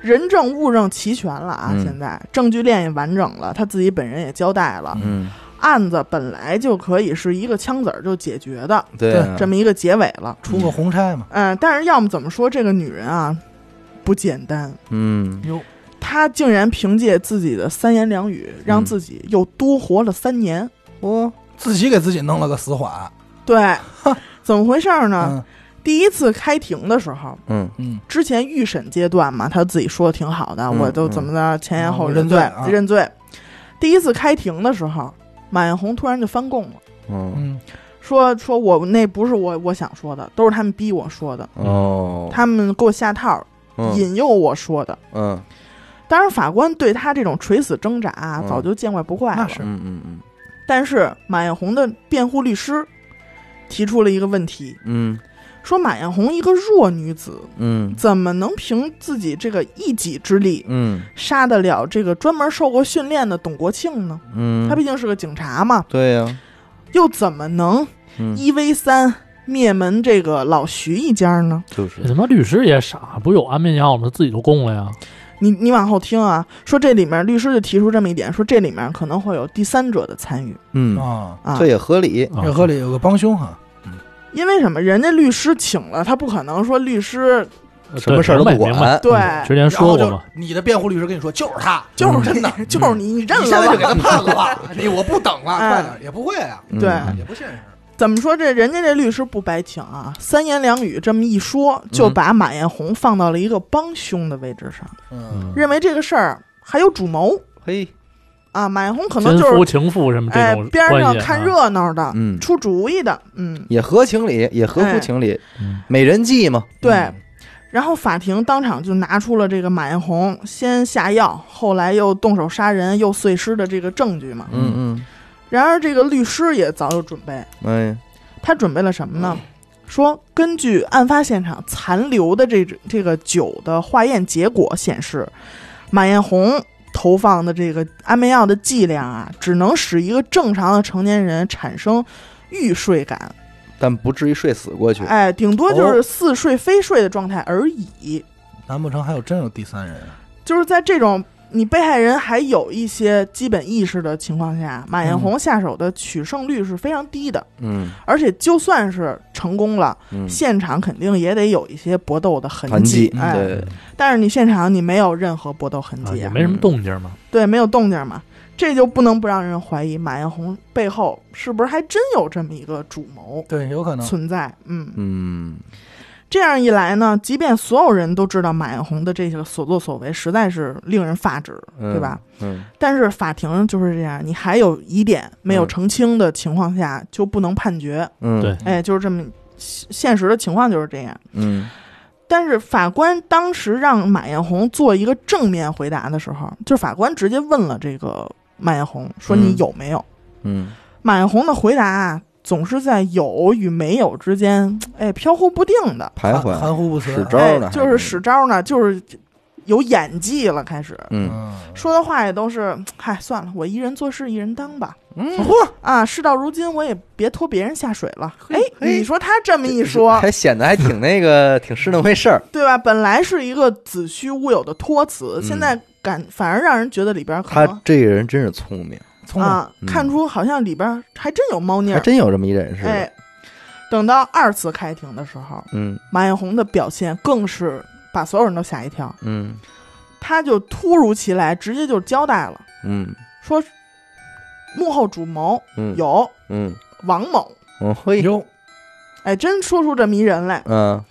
Speaker 1: 人证物证齐全了啊！
Speaker 2: 嗯
Speaker 1: 现在证据链也完整了，他自己本人也交代了，
Speaker 2: 嗯，
Speaker 1: 案子本来就可以是一个枪子儿就解决的
Speaker 2: 对啊，
Speaker 1: 这么一个结尾了。
Speaker 4: 出个红差嘛，
Speaker 1: 嗯、但是要么怎么说这个女人啊不简单，
Speaker 2: 嗯，
Speaker 4: 哟，
Speaker 1: 她竟然凭借自己的三言两语，让自己又多活了三年。
Speaker 2: 嗯哦，
Speaker 4: 自己给自己弄了个死缓。
Speaker 1: 对， 怎么回事儿呢？
Speaker 4: 嗯
Speaker 1: 第一次开庭的时候。
Speaker 2: 嗯
Speaker 4: 嗯，
Speaker 1: 之前预审阶段嘛，他自己说的挺好的，
Speaker 2: 嗯哦
Speaker 1: 我都怎么的前言后
Speaker 4: 嗯
Speaker 1: 语
Speaker 4: 认罪啊
Speaker 1: 对认罪。第一次开庭的时候，马艳红突然就翻供了，
Speaker 2: 嗯，
Speaker 4: 嗯，
Speaker 1: 说说我那不是我我想说的，都是他们逼我说的，
Speaker 2: 哦，
Speaker 1: 嗯他们给我下套，
Speaker 2: 嗯
Speaker 1: 引诱我说的。
Speaker 2: 嗯
Speaker 1: 当然，法官对他这种垂死挣扎啊、
Speaker 2: 嗯
Speaker 1: 早就见怪不怪了。
Speaker 4: 那是
Speaker 2: 嗯嗯
Speaker 1: 但是马艳红的辩护律师提出了一个问题，
Speaker 2: 嗯
Speaker 1: 说马艳红一个弱女子，
Speaker 2: 嗯
Speaker 1: 怎么能凭自己这个一己之力
Speaker 2: 嗯
Speaker 1: 杀得了这个专门受过训练的董国庆呢？
Speaker 2: 嗯，
Speaker 1: 他毕竟是个警察嘛，
Speaker 2: 对呀，
Speaker 1: 又怎么能
Speaker 2: 嗯，
Speaker 1: 一 v 三灭门这个老徐一家呢？
Speaker 2: 就
Speaker 3: 哎
Speaker 1: 呃
Speaker 3: 这他妈律师也傻，不有安眠药吗？他自己都供了呀。
Speaker 1: 你你往后听啊，说这里面律师就提出这么一点，说这里面可能会有第三者的参与
Speaker 2: 嗯，
Speaker 4: 啊，
Speaker 1: 啊
Speaker 2: 这。也合理。
Speaker 3: 啊
Speaker 4: 这河里有个帮凶哈，
Speaker 1: 因为什么？人家律师请了，他不可能说律师
Speaker 3: 呃
Speaker 2: 什么
Speaker 3: 对
Speaker 2: 事儿都
Speaker 3: 明白
Speaker 2: 不
Speaker 3: 明白
Speaker 2: 管，
Speaker 1: 对，
Speaker 3: 之前
Speaker 4: 然
Speaker 3: 说
Speaker 4: 后
Speaker 3: 过
Speaker 4: 就
Speaker 3: 嘛，
Speaker 4: 你的辩护律师跟你说就是他，
Speaker 1: 就是
Speaker 3: 嗯
Speaker 4: 真的，
Speaker 1: 你，就是你，你认
Speaker 4: 你现在
Speaker 1: 了
Speaker 4: 就给
Speaker 1: 吧。
Speaker 4: 他判了吧，你我不等了，
Speaker 1: 哎
Speaker 4: 快点，也不会啊，
Speaker 2: 嗯
Speaker 1: 对
Speaker 4: 也不现实。
Speaker 1: 怎么说这人家这律师不白请啊？三言两语这么一说，就
Speaker 2: 嗯
Speaker 1: 把马艳红放到了一个帮凶的位置上，
Speaker 4: 嗯，
Speaker 1: 认为这个事儿还有主谋
Speaker 2: 嘿，
Speaker 1: 啊。马艳红可能就
Speaker 3: 奸夫
Speaker 1: 是
Speaker 3: 情妇什么这
Speaker 1: 哎
Speaker 3: 种
Speaker 1: 边
Speaker 3: 关
Speaker 1: 上
Speaker 3: 系
Speaker 1: 看
Speaker 3: 啊
Speaker 1: 热闹的，
Speaker 2: 嗯
Speaker 1: 出主意的，嗯，
Speaker 2: 也合情理，也合乎
Speaker 1: 哎
Speaker 2: 情理，
Speaker 3: 嗯
Speaker 2: 美人计嘛。
Speaker 1: 对。然后法庭当场就拿出了这个马艳红先下药，后来又动手杀人又碎尸的这个证据嘛。
Speaker 2: 嗯
Speaker 1: 然而，这个律师也早有准备，
Speaker 2: 嗯，哎，
Speaker 1: 他准备了什么呢？说根据案发现场残留的这这个酒的化验结果显示，马艳红投放的这个安眠药的剂量啊，只能使一个正常的成年人产生欲睡感，
Speaker 2: 但不至于睡死过去。
Speaker 1: 哎，顶多就
Speaker 2: 哦
Speaker 1: 是似睡非睡的状态而已。
Speaker 4: 难不成还有真有第三人？啊
Speaker 1: 就是在这种你被害人还有一些基本意识的情况下，马艳红下手的取胜率是非常低的，
Speaker 2: 嗯
Speaker 1: 而且就算是成功了，
Speaker 2: 嗯，
Speaker 1: 现场肯定也得有一些搏斗的痕
Speaker 2: 痕迹嗯
Speaker 1: 哎，
Speaker 2: 对，
Speaker 1: 但是你现场你没有任何搏斗痕
Speaker 3: 啊
Speaker 1: 迹
Speaker 3: 也
Speaker 1: 啊，
Speaker 3: 没什么动静嘛，
Speaker 1: 对，没有动静嘛，这就不能不让人怀疑马艳红背后是不是还真有这么一个主谋
Speaker 4: 对，有可能。
Speaker 1: 存在，嗯。
Speaker 2: 嗯
Speaker 1: 这样一来呢，即便所有人都知道马艳红的这些所作所为实在是令人发指，
Speaker 2: 嗯
Speaker 1: 对吧？
Speaker 2: 嗯，
Speaker 1: 但是法庭就是这样，你还有疑点没有
Speaker 2: 嗯
Speaker 1: 澄清的情况下，就不能判决。
Speaker 2: 嗯
Speaker 3: 对，
Speaker 1: 哎，就是这么现现实的情况就是这样。
Speaker 2: 嗯
Speaker 1: 但是法官当时让马艳红做一个正面回答的时候，就是法官直接问了这个马艳红说：“
Speaker 2: 嗯
Speaker 1: 你有没有？”
Speaker 2: 嗯
Speaker 1: 马艳红的回答啊，总是在有与没有之间，哎，飘忽不定的，
Speaker 2: 徘
Speaker 4: 含含
Speaker 2: 徊，
Speaker 4: 糊不
Speaker 2: 使
Speaker 4: 辞。
Speaker 2: 招
Speaker 1: 哎
Speaker 2: 呢，还
Speaker 1: 就是使招呢，就是有演技了，开始
Speaker 2: 嗯
Speaker 4: 嗯，
Speaker 1: 说的话也都是，嗨，算了，我一人做事一人当吧。
Speaker 2: 嗯，
Speaker 1: 啊，事到如今我也别拖别人下水了。哎，
Speaker 2: 嘿
Speaker 1: 你说他这么一说，啊
Speaker 2: 还显得还挺那 个，挺是那回事儿。
Speaker 1: 对吧？本来是一个子虚乌有的托词，
Speaker 2: 嗯
Speaker 1: 现在感反而让人觉得里边可
Speaker 2: 他
Speaker 1: 能
Speaker 2: 这个人真是聪明，
Speaker 4: 聪明，
Speaker 1: 啊，
Speaker 2: 嗯
Speaker 1: 看出好像里边还真有猫腻
Speaker 2: 还
Speaker 1: 儿。
Speaker 2: 真有这么一人似的。
Speaker 1: 哎，等到二次开庭的时候，
Speaker 2: 嗯
Speaker 1: 马艳红的表现更是把所有人都吓一跳，
Speaker 2: 嗯
Speaker 1: 他就突如其来，直接就交代了，
Speaker 2: 嗯
Speaker 1: 说幕后主谋
Speaker 2: 嗯，
Speaker 1: 有
Speaker 2: 嗯
Speaker 1: 王某。
Speaker 2: 嗯嘿，
Speaker 4: 哟，
Speaker 1: 哎，真说出这么一人来，
Speaker 2: 嗯，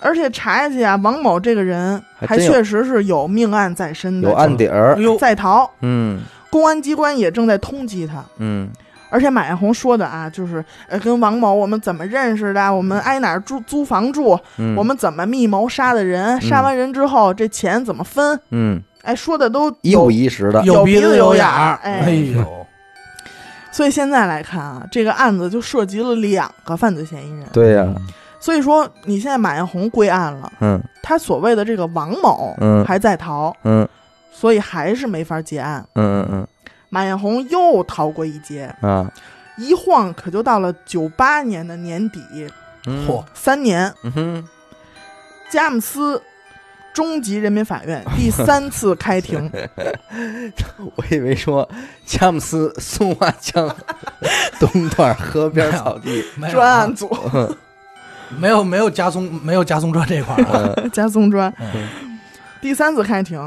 Speaker 1: 而且查下去啊，王某这个人
Speaker 2: 还
Speaker 1: 还
Speaker 2: 真有
Speaker 1: 确实是有命案在身的，
Speaker 2: 有案底儿
Speaker 4: 哎。呦，
Speaker 1: 在逃，
Speaker 2: 嗯
Speaker 1: 公安机关也正在通缉他。
Speaker 2: 嗯
Speaker 1: 而且马艳红说的啊，就是呃，跟王某我们怎么认识的，我们挨哪儿住租房住，
Speaker 2: 嗯，
Speaker 1: 我们怎么密谋杀的人，杀完人之后这钱怎么分，
Speaker 2: 嗯
Speaker 1: 哎，说的都
Speaker 2: 一五一十的。
Speaker 1: 有
Speaker 4: 鼻
Speaker 1: 鼻
Speaker 4: 子
Speaker 1: 子
Speaker 4: 有
Speaker 1: 有
Speaker 4: 眼
Speaker 1: 眼
Speaker 4: 儿
Speaker 1: 儿，
Speaker 4: 哎呦，
Speaker 1: 所以现在来看啊，这个案子就涉及了两个犯罪嫌疑人。
Speaker 2: 对呀、
Speaker 3: 嗯
Speaker 1: 所以说，你现在马艳红归案了，
Speaker 2: 嗯
Speaker 1: 他所谓的这个王某
Speaker 2: 嗯
Speaker 1: 还在逃，
Speaker 2: 嗯
Speaker 1: 所以还是没法结案。
Speaker 2: 嗯嗯
Speaker 1: 马艳红又逃过一劫，
Speaker 2: 嗯啊，
Speaker 1: 一晃可就到了九八年的年底，
Speaker 2: 嗯
Speaker 4: 嚯，，
Speaker 1: 三年。
Speaker 2: 嗯哼，
Speaker 1: 佳木斯中级人民法院第三次开庭，
Speaker 2: 我以为说佳木斯松花江东段河边草地，
Speaker 4: 没有
Speaker 1: 专案组
Speaker 4: 没有没有加松没有加松砖这块儿啊，
Speaker 2: 嗯
Speaker 1: 加松专
Speaker 4: 嗯
Speaker 1: 第三次开庭。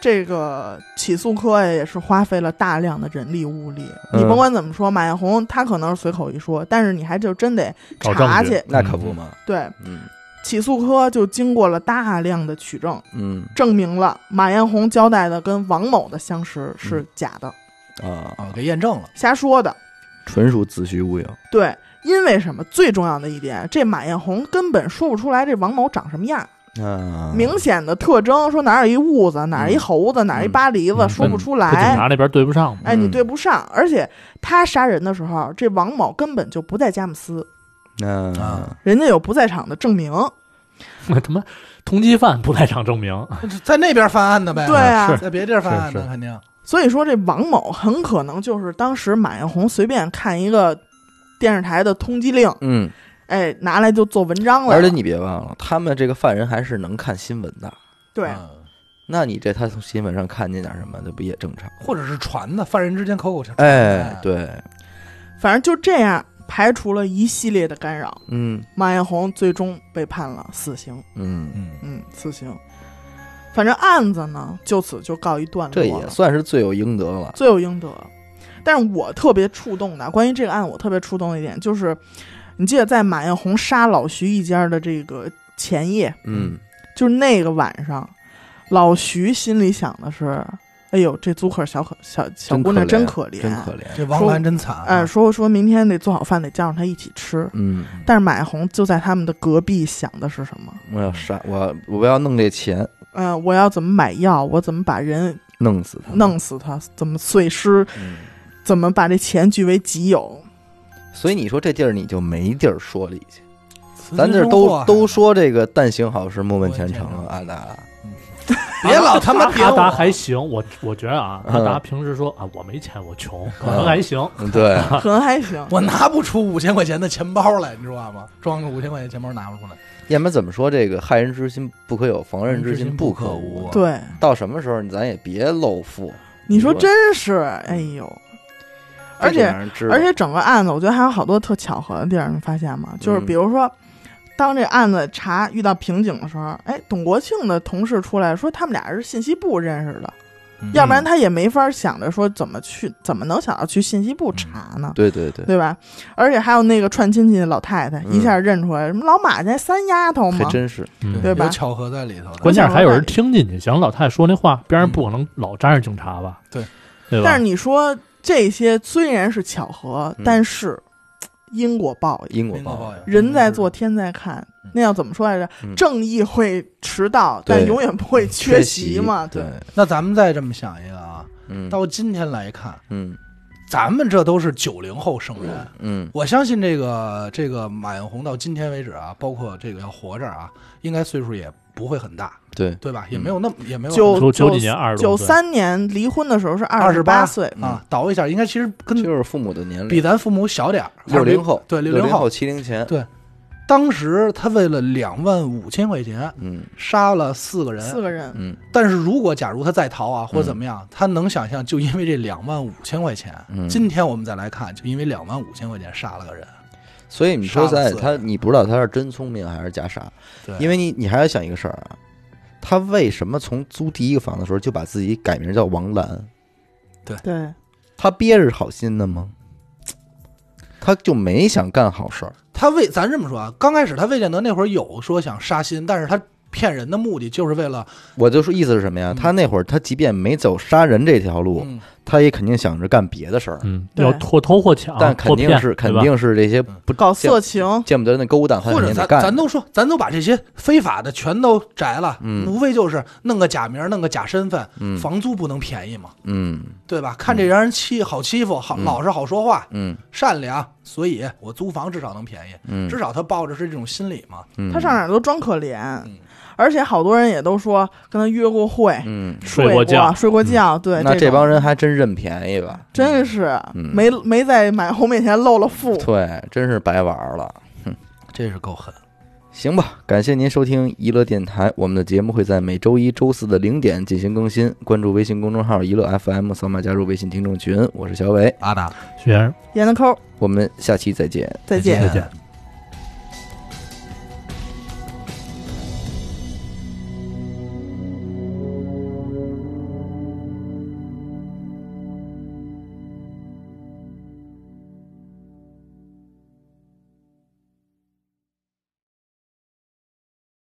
Speaker 1: 这个起诉科呀，也是花费了大量的人力物力。
Speaker 2: 嗯
Speaker 1: 你甭管怎么说，马艳红她可能是随口一说，但是你还就真得
Speaker 3: 找
Speaker 1: 查
Speaker 3: 证据
Speaker 1: 去。
Speaker 2: 那可不嘛，
Speaker 1: 对，
Speaker 2: 嗯
Speaker 1: 起诉科就经过了大量的取证，
Speaker 2: 嗯
Speaker 1: 证明了马艳红交代的跟王某的相识是假的，
Speaker 2: 啊，
Speaker 4: 啊给验证 了，
Speaker 1: 瞎说的。
Speaker 2: 纯属子虚乌有，
Speaker 1: 对，因为什么？最重要的一点，这马艳红根本说不出来这王某长什么样，
Speaker 2: 啊，
Speaker 1: 明显的特征，说哪儿有一痦子，哪儿一猴子，哪儿一巴黎子，
Speaker 3: 嗯
Speaker 1: 说不出
Speaker 3: 跟警
Speaker 1: 来。
Speaker 3: 察那边对不上嘛，
Speaker 1: 哎，你
Speaker 2: 嗯
Speaker 1: 对不上，而且他杀人的时候，这王某根本就不在佳木斯，
Speaker 2: 啊
Speaker 4: 啊，
Speaker 1: 人家有不在场的证明。
Speaker 3: 我 他妈通缉犯不在场证明，
Speaker 4: 在那边犯案的呗，
Speaker 1: 对啊，
Speaker 3: 是
Speaker 4: 在别地儿犯案
Speaker 3: 是
Speaker 4: 的
Speaker 3: 是
Speaker 4: 肯定，
Speaker 1: 所以说这王某很可能就是当时马艳红随便看一个电视台的通缉令，
Speaker 2: 嗯，
Speaker 1: 哎，拿来就做文章了。
Speaker 2: 而且你别忘了，他们这个犯人还是能看新闻的，
Speaker 1: 对，
Speaker 4: 嗯
Speaker 2: 那你这他从新闻上看见点什么，这不也正常？
Speaker 4: 或者是传的，犯人之间口口相传。
Speaker 2: 哎，，对，
Speaker 1: 反正就这样排除了一系列的干扰，
Speaker 2: 嗯
Speaker 1: 马艳红最终被判了死刑。
Speaker 2: 嗯，
Speaker 4: 嗯，
Speaker 1: 嗯，死刑。反正案子呢，就此就告一段
Speaker 2: 这
Speaker 1: 落
Speaker 2: 也
Speaker 1: 了，
Speaker 2: 算是罪有应得了。
Speaker 1: 罪有应得。但是我特别触动的，关于这个案，我特别触动的一点就是，你记得在马艳红杀老徐一家的这个前夜，
Speaker 2: 嗯，
Speaker 1: 就是那个晚上，老徐心里想的是：“哎呦，这租客小可小小
Speaker 2: 真
Speaker 1: 姑娘真可怜，
Speaker 2: 真可怜。
Speaker 4: 这王兰真惨啊。
Speaker 1: 哎，说说明天得做好饭，得叫上她一起吃。
Speaker 2: 嗯，
Speaker 1: 但是马红就在他们的隔壁想的是什么？
Speaker 2: 我要杀我，我要弄这钱，
Speaker 1: 嗯、我要怎么买药？我怎么把人
Speaker 2: 弄死他。
Speaker 1: 弄死他？怎么碎尸？
Speaker 2: 嗯，
Speaker 1: 怎么把这钱据为己有？
Speaker 2: 所以你说这地儿你就没地儿说理去。
Speaker 4: 慈禧
Speaker 2: 咱这儿
Speaker 4: 中
Speaker 2: 都
Speaker 4: 祸
Speaker 2: 都说这个但行好事，莫问前
Speaker 4: 莫
Speaker 2: 程
Speaker 4: 问前程
Speaker 2: 啊，阿达。
Speaker 4: 别老他妈点
Speaker 3: 阿
Speaker 4: 我，
Speaker 3: 达还行，我我觉得啊，
Speaker 2: 嗯
Speaker 3: 阿达平时说啊我没钱，我穷，可能还行。
Speaker 2: 嗯，对，
Speaker 1: 可能还行。
Speaker 4: 我拿不出五千块钱的钱包来，你知道吗？装个五千块钱钱包拿不出来。
Speaker 2: 要么怎么说这个害人之心不可有，防人之心不可
Speaker 4: 防人之心
Speaker 2: 无
Speaker 4: 不可无。
Speaker 1: 对，
Speaker 2: 到什么时候咱也别露富，
Speaker 1: 啊你说真是，哎呦！而
Speaker 2: 这
Speaker 1: 且
Speaker 2: 让人知道
Speaker 1: 而且整个案子，我觉得还有好多特巧合的地儿，你发现吗？就是
Speaker 2: 嗯
Speaker 1: 比如说，当这案子查遇到瓶颈的时候，哎，董国庆的同事出来说他们俩是信息部认识的，
Speaker 4: 嗯
Speaker 1: 要不然他也没法想着说怎么去，怎么能想到去信息部查呢？
Speaker 2: 对对对，
Speaker 1: 对吧？而且还有那个串亲戚的老太太，
Speaker 2: 嗯
Speaker 1: 一下认出来，什么老马家三丫头
Speaker 2: 还
Speaker 1: 嘛，
Speaker 2: 真是。
Speaker 3: 嗯
Speaker 1: 对吧
Speaker 4: 有巧合在里头的。
Speaker 3: 关键是还有人听进去，想老太太说那话，边上不可能老站着警察吧？
Speaker 4: 对，
Speaker 3: 对
Speaker 1: 但是
Speaker 3: 吧？
Speaker 1: 你说这些虽然是巧合，
Speaker 2: 嗯
Speaker 1: 但是嘖因果报应，
Speaker 2: 因果
Speaker 4: 因果
Speaker 2: 报
Speaker 4: 报应，
Speaker 1: 人在做天在看
Speaker 4: 嗯，
Speaker 1: 那要怎么说来着？
Speaker 2: 嗯
Speaker 1: 正义会迟到，但
Speaker 2: 对
Speaker 1: 永远不会缺席嘛。
Speaker 2: 对，，
Speaker 4: 那咱们再这么想一个啊，
Speaker 2: 嗯，
Speaker 4: 到今天来看，
Speaker 2: 嗯
Speaker 4: 咱们这都是九零后生人。
Speaker 2: 嗯
Speaker 4: 我相信这个这个马艳红到今天为止啊，包括这个要活着啊，应该岁数也不会很大，
Speaker 2: 对，
Speaker 4: 对吧？
Speaker 2: 嗯
Speaker 4: 也没有那么、也没有
Speaker 1: 九
Speaker 3: 九
Speaker 1: 九
Speaker 3: 九几年二十
Speaker 1: 九
Speaker 3: 多岁
Speaker 1: 三年离婚的时候是十
Speaker 4: 28
Speaker 1: 八岁，
Speaker 4: 啊，倒一下，应该其实跟
Speaker 2: 就是父母的年龄
Speaker 4: 嗯比咱父母小点儿，
Speaker 2: 六零后，
Speaker 4: 对
Speaker 2: 六
Speaker 4: 60
Speaker 2: 零
Speaker 4: 后
Speaker 2: 七零前，
Speaker 4: 对当时他为了两万五千块钱
Speaker 2: 嗯
Speaker 4: 杀了四个人，
Speaker 1: 四个人。
Speaker 2: 嗯
Speaker 4: 但是如果假如他再逃啊，或者怎么样，他能想象，就因为这两万五千块钱，
Speaker 2: 嗯，
Speaker 4: 今天我们再来看，就因为两万五千块钱杀了个人，
Speaker 2: 所以你说
Speaker 4: 杀了
Speaker 2: 在
Speaker 4: 四
Speaker 2: 他，
Speaker 4: 个
Speaker 2: 你不知道他是真聪明还是假傻，
Speaker 4: 对，
Speaker 2: 因为你你还要想一个事儿啊，他为什么从租第一个房的时候就把自己改名叫王兰？
Speaker 1: 对，
Speaker 2: 他憋着好心的吗？他就没想干好事儿，
Speaker 4: 他为咱这么说啊，刚开始他魏建德那会儿有说想杀心，但是他骗人的目的就是为了，
Speaker 2: 我就说意思是什么呀？
Speaker 4: 嗯
Speaker 2: 他那会儿他即便没走杀人这条路，
Speaker 4: 嗯，
Speaker 2: 他也肯定想着干别的事儿，
Speaker 3: 嗯，
Speaker 1: 对
Speaker 3: 要或偷或抢，
Speaker 4: 啊
Speaker 2: 但肯
Speaker 3: 或
Speaker 2: 定
Speaker 3: 骗
Speaker 2: 是肯。
Speaker 3: 对吧
Speaker 2: 定是这些
Speaker 4: 嗯
Speaker 2: 不
Speaker 1: 搞色情，
Speaker 2: 见不嗯得那勾当，他
Speaker 4: 或
Speaker 2: 肯
Speaker 4: 者
Speaker 2: 定
Speaker 4: 咱
Speaker 2: 得干。
Speaker 4: 咱都说，咱都把这些非法的全都摘了，
Speaker 2: 嗯
Speaker 4: 无非就是弄个假名，弄个假身份，
Speaker 2: 嗯
Speaker 4: 房租不能便宜嘛，
Speaker 2: 嗯
Speaker 4: 对吧？看这让人欺好欺负，好、
Speaker 2: 嗯
Speaker 4: 老实好说话，
Speaker 2: 嗯
Speaker 4: 善良，所以我租房至少能便宜，
Speaker 2: 嗯，
Speaker 4: 至少他抱着是这种心理嘛，
Speaker 2: 嗯
Speaker 1: 他上哪儿都装可怜
Speaker 4: 嗯，
Speaker 1: 而且好多人也都说跟他约过会，
Speaker 2: 嗯，
Speaker 1: 睡
Speaker 3: 睡过觉
Speaker 1: 睡过觉，对，
Speaker 2: 那
Speaker 1: 这
Speaker 2: 这
Speaker 1: 种
Speaker 2: 帮人还真认便宜吧？
Speaker 1: 真是
Speaker 2: 嗯
Speaker 1: 没没在马红面前露了富。
Speaker 2: 对，真是白玩儿了。
Speaker 4: 这是够狠。
Speaker 2: 行吧，感谢您收听娱乐电台，我们的节目会在每周一周四的零点进行更新。关注微信公众号“娱乐 FM”，扫码加入微信听众群。我是小伟，
Speaker 4: 阿达，
Speaker 3: 徐先生，
Speaker 1: 严的抠，
Speaker 2: 我们下期再见。
Speaker 1: 再见
Speaker 3: 再见。